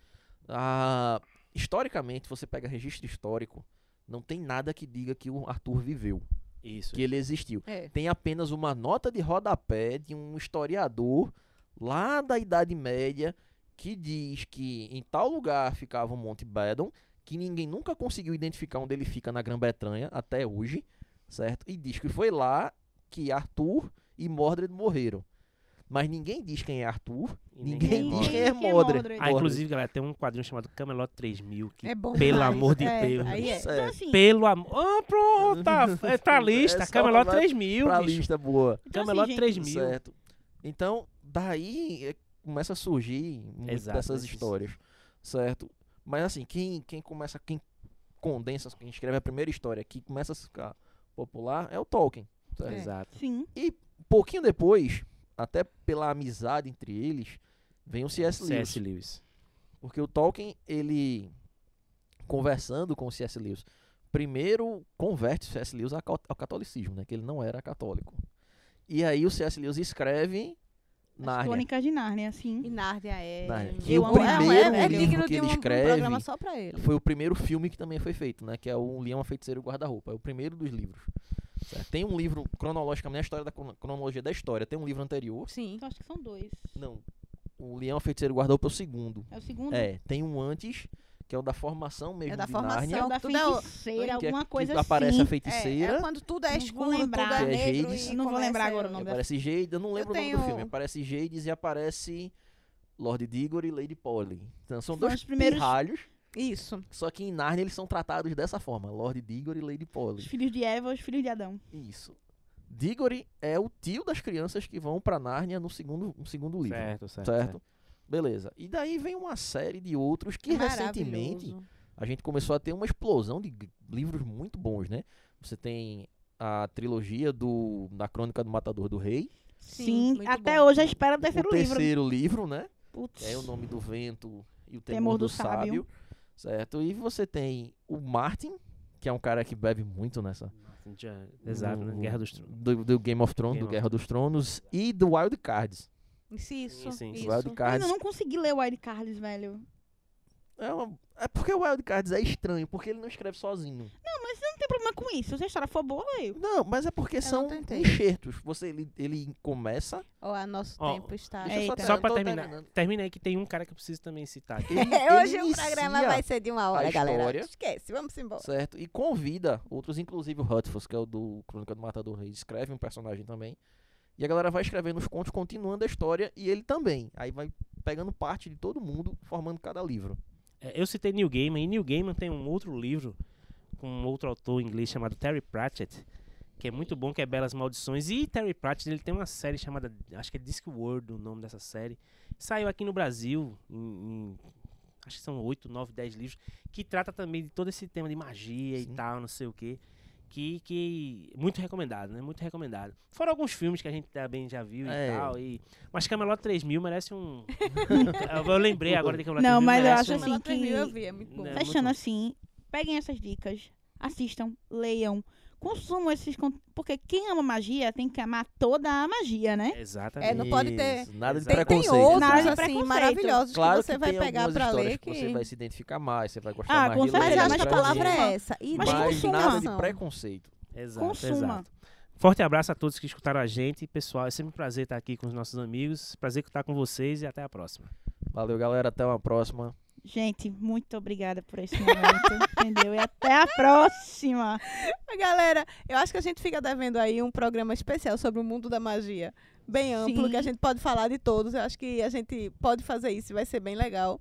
Speaker 4: Ah, historicamente, você pega registro histórico, não tem nada que diga que o Arthur viveu,
Speaker 3: Isso.
Speaker 4: que ele existiu.
Speaker 2: É.
Speaker 4: Tem apenas uma nota de rodapé de um historiador lá da Idade Média que diz que em tal lugar ficava o Monte Badon, que ninguém nunca conseguiu identificar onde ele fica na Grã-Bretanha até hoje, certo? E diz que foi lá que Arthur e Mordred morreram. Mas ninguém diz quem é Arthur,
Speaker 3: E
Speaker 4: ninguém,
Speaker 1: Ninguém
Speaker 4: diz quem é
Speaker 1: diz quem é
Speaker 4: Mordred.
Speaker 1: Mordred.
Speaker 3: Ah, inclusive, galera, tem um quadrinho chamado Camelot 3000 que
Speaker 2: É bom.
Speaker 3: Pelo
Speaker 2: demais.
Speaker 3: amor de
Speaker 2: É,
Speaker 3: Deus. né?
Speaker 2: Aí é.
Speaker 1: Então, assim,
Speaker 3: Pelo amor. Ah, pronto. tá. É pra lista.
Speaker 4: É só
Speaker 3: Camelot
Speaker 4: pra-
Speaker 3: 3000,
Speaker 4: pra
Speaker 3: bicho.
Speaker 4: lista boa.
Speaker 1: então, assim,
Speaker 3: Camelot
Speaker 1: gente,
Speaker 3: 3000.
Speaker 4: Certo. Então, daí é, começa a surgir muitas
Speaker 3: Exato,
Speaker 4: dessas
Speaker 3: é isso.
Speaker 4: histórias, certo? Mas assim, quem, quem começa, quem condensa, quem escreve a primeira história que começa a ficar popular é o Tolkien. certo?
Speaker 3: Exato.
Speaker 1: Sim.
Speaker 4: Pouquinho depois, até pela amizade entre eles, vem o C.S. Lewis.
Speaker 3: C.S. Lewis.
Speaker 4: Porque o Tolkien, ele conversando com o C.S. Lewis, primeiro converte o C.S. Lewis ao ca- ao catolicismo, né? Que ele não era católico. E aí o C.S. Lewis escreve
Speaker 1: As
Speaker 4: Nárnia.
Speaker 1: Crônicas de Nárnia, assim.
Speaker 2: E Nárnia é.
Speaker 4: Nárnia.
Speaker 1: Que Eu o amo
Speaker 2: é,
Speaker 1: primeiro
Speaker 2: é, é
Speaker 1: livro
Speaker 2: digno
Speaker 4: que
Speaker 2: de
Speaker 4: ele
Speaker 2: um, um
Speaker 4: escreve
Speaker 2: programa só pra ele.
Speaker 4: Foi o primeiro filme que também foi feito, né? Que é o Leão, a Feiticeira e o Guarda-Roupa. É o primeiro dos livros. certo? Tem um livro cronologicamente, a história da crono- cronologia da história. Tem um livro anterior.
Speaker 2: Sim.
Speaker 1: Então acho que são dois.
Speaker 4: Não. O Leão, a Feiticeira e o Guarda-Roupa é o segundo.
Speaker 1: É o segundo?
Speaker 4: É, tem um antes, que é o da formação mesmo
Speaker 2: Uhum. É da
Speaker 4: de
Speaker 2: formação.
Speaker 1: É
Speaker 4: Nárnia.
Speaker 1: o da
Speaker 2: Tudo é o-
Speaker 1: feiticeira,
Speaker 4: que é-
Speaker 1: alguma coisa
Speaker 4: que
Speaker 1: assim.
Speaker 4: aparece a
Speaker 2: É,
Speaker 4: feiticeira.
Speaker 2: é quando tudo é
Speaker 1: Não vou
Speaker 2: escuro, tudo
Speaker 1: lembrar.
Speaker 4: Que
Speaker 2: é
Speaker 4: é
Speaker 2: negro.
Speaker 4: Hades.
Speaker 2: e
Speaker 1: Não vou
Speaker 2: começa-
Speaker 1: lembrar agora o nome.
Speaker 4: Aparece Jade, eu não lembro o nome do
Speaker 2: tenho-
Speaker 4: filme. Aparece Jades e aparece Lord Diggory e Lady Polly. Então são
Speaker 1: São
Speaker 4: dois
Speaker 1: os primeiros-
Speaker 4: pirralhos,
Speaker 2: Isso.
Speaker 4: só que em Narnia eles são tratados dessa forma, Lord Diggory e Lady
Speaker 1: Os
Speaker 4: Polly.
Speaker 1: filhos de Eva, os filhos de Adão.
Speaker 4: Isso. Diggory é o tio das crianças que vão pra Narnia no segundo, no segundo livro, certo.
Speaker 3: Certo, certo. certo.
Speaker 4: Beleza. E daí vem uma série de outros que recentemente
Speaker 2: Maravilhoso.
Speaker 4: a gente começou a ter uma explosão de g- livros muito bons, né? Você tem a trilogia do da Crônica do Matador do Rei,
Speaker 1: Sim,
Speaker 2: muito
Speaker 1: até
Speaker 2: bom.
Speaker 1: hoje a espera do
Speaker 4: o
Speaker 1: terceiro, livro.
Speaker 4: terceiro livro né?
Speaker 1: Putz.
Speaker 4: é o nome do vento e o temor, do, sábio, certo? E você tem o Martin, que é um cara que bebe muito nessa
Speaker 3: Já- Exato, né?
Speaker 4: do-
Speaker 3: Guerra dos Tronos.
Speaker 4: do, do Game of Thrones,
Speaker 3: Game
Speaker 4: do
Speaker 3: of
Speaker 4: Guerra dos Tronos e do Wild Cards.
Speaker 2: Isso, isso.
Speaker 3: Sim, sim,
Speaker 4: O
Speaker 2: isso.
Speaker 4: Wild
Speaker 1: Eu ainda
Speaker 4: Cards
Speaker 1: não consegui ler o Wild Cards, velho.
Speaker 4: é, uma- é porque o Wild Cards é estranho, porque ele não escreve sozinho.
Speaker 1: Não tem problema com isso. Se a história for boa, eu leio.
Speaker 4: Não, mas é porque são
Speaker 2: tentei.
Speaker 4: enxertos. Você ele, ele começa.
Speaker 2: Ó, a nosso
Speaker 3: Ó,
Speaker 2: tempo está.
Speaker 4: Deixa eu só,
Speaker 1: Eita.
Speaker 4: Então, tá
Speaker 3: Só
Speaker 4: eu
Speaker 3: pra
Speaker 4: tô
Speaker 3: terminar.
Speaker 4: terminando.
Speaker 3: Termina aí que tem um cara que eu preciso também citar aqui.
Speaker 4: Ele-
Speaker 2: Hoje
Speaker 4: ele
Speaker 2: o programa
Speaker 4: inicia-
Speaker 2: vai ser de uma hora,
Speaker 4: a
Speaker 2: galera.
Speaker 4: história.
Speaker 2: Esquece, vamos embora.
Speaker 4: Certo? E convida outros, inclusive o Hutfus, que é o do Crônica do Matador Rei, escreve um personagem também. E a galera vai escrevendo os contos, continuando a história, e ele também. Aí vai pegando parte de todo mundo, formando cada livro.
Speaker 3: É, Eu citei Neil Gaiman, e Neil Gaiman tem um outro livro com um outro autor inglês chamado Terry Pratchett, que é muito bom, que é Belas Maldições. E Terry Pratchett, ele tem uma série chamada, acho que é Discworld o nome dessa série. Saiu aqui no Brasil, em- em- acho que são 8, 9, 10 livros, que trata também de todo esse tema de magia
Speaker 4: Sim.
Speaker 3: e tal, não sei o quê. Que, que muito recomendado, né? Muito recomendado. Fora alguns filmes que a gente também já viu
Speaker 4: É.
Speaker 3: e tal. E, mas Camelot 3000 merece um... eu lembrei agora de Camelot
Speaker 1: Não,
Speaker 3: 3000.
Speaker 1: mas eu
Speaker 3: merece
Speaker 1: acho
Speaker 3: um-
Speaker 1: assim
Speaker 2: Ela terminou,
Speaker 1: que-
Speaker 2: eu vi, é muito bom.
Speaker 3: Né? muito
Speaker 1: Fechando
Speaker 3: bom.
Speaker 1: assim, peguem essas dicas, assistam, leiam, consumam esses conteúdos. Porque quem ama magia tem que amar toda a magia, né?
Speaker 3: Exatamente.
Speaker 2: É, não pode ter-
Speaker 4: Isso, Nada de
Speaker 3: Tem-
Speaker 2: Tem, tem
Speaker 3: tem
Speaker 4: é preconceito.
Speaker 2: outros,
Speaker 1: Nada de
Speaker 2: assim,
Speaker 1: preconceito.
Speaker 2: maravilhosos
Speaker 4: Claro
Speaker 2: que você
Speaker 4: que
Speaker 2: vai
Speaker 4: tem
Speaker 2: pegar
Speaker 4: algumas
Speaker 2: pra
Speaker 4: histórias
Speaker 2: ler.
Speaker 4: que
Speaker 2: Que...
Speaker 4: você vai se identificar mais, você vai gostar
Speaker 1: Ah,
Speaker 4: mais
Speaker 1: com
Speaker 4: de
Speaker 2: Mas
Speaker 4: ler, tipo assim,
Speaker 1: certeza,
Speaker 2: acho que
Speaker 4: de
Speaker 2: a
Speaker 1: pra
Speaker 2: palavra
Speaker 1: mim.
Speaker 2: é essa.
Speaker 4: Mas,
Speaker 1: Mas consuma.
Speaker 4: nada de preconceito.
Speaker 3: Exato,
Speaker 1: Consuma.
Speaker 3: exato. Forte abraço a todos que escutaram a gente. Pessoal, é sempre um prazer estar aqui com os nossos amigos. Prazer estar com vocês e até a próxima.
Speaker 4: Valeu, galera. Até uma próxima.
Speaker 1: Gente, muito obrigada por esse momento, entendeu? E até a próxima!
Speaker 2: Galera, eu acho que a gente fica devendo aí um programa especial sobre o mundo da magia. Bem amplo,
Speaker 1: Sim.
Speaker 2: que a gente pode falar de todos. Eu acho que a gente pode fazer isso, vai ser bem legal.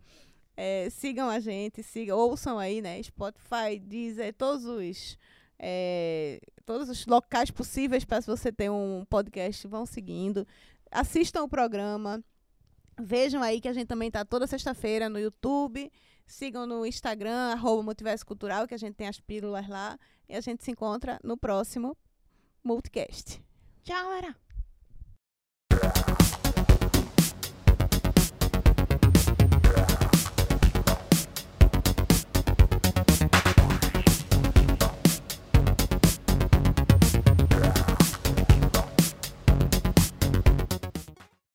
Speaker 2: É, sigam a gente, sigam, ouçam aí, né? Spotify, Deezer, todos os, é, todos os locais possíveis para você ter um podcast, vão seguindo. Assistam o programa. Vejam aí que a gente também está toda sexta-feira no YouTube. Sigam no Instagram, arroba Multiverso Cultural, que a gente tem as pílulas lá. E a gente se encontra no próximo Multicast.
Speaker 1: Tchau, galera!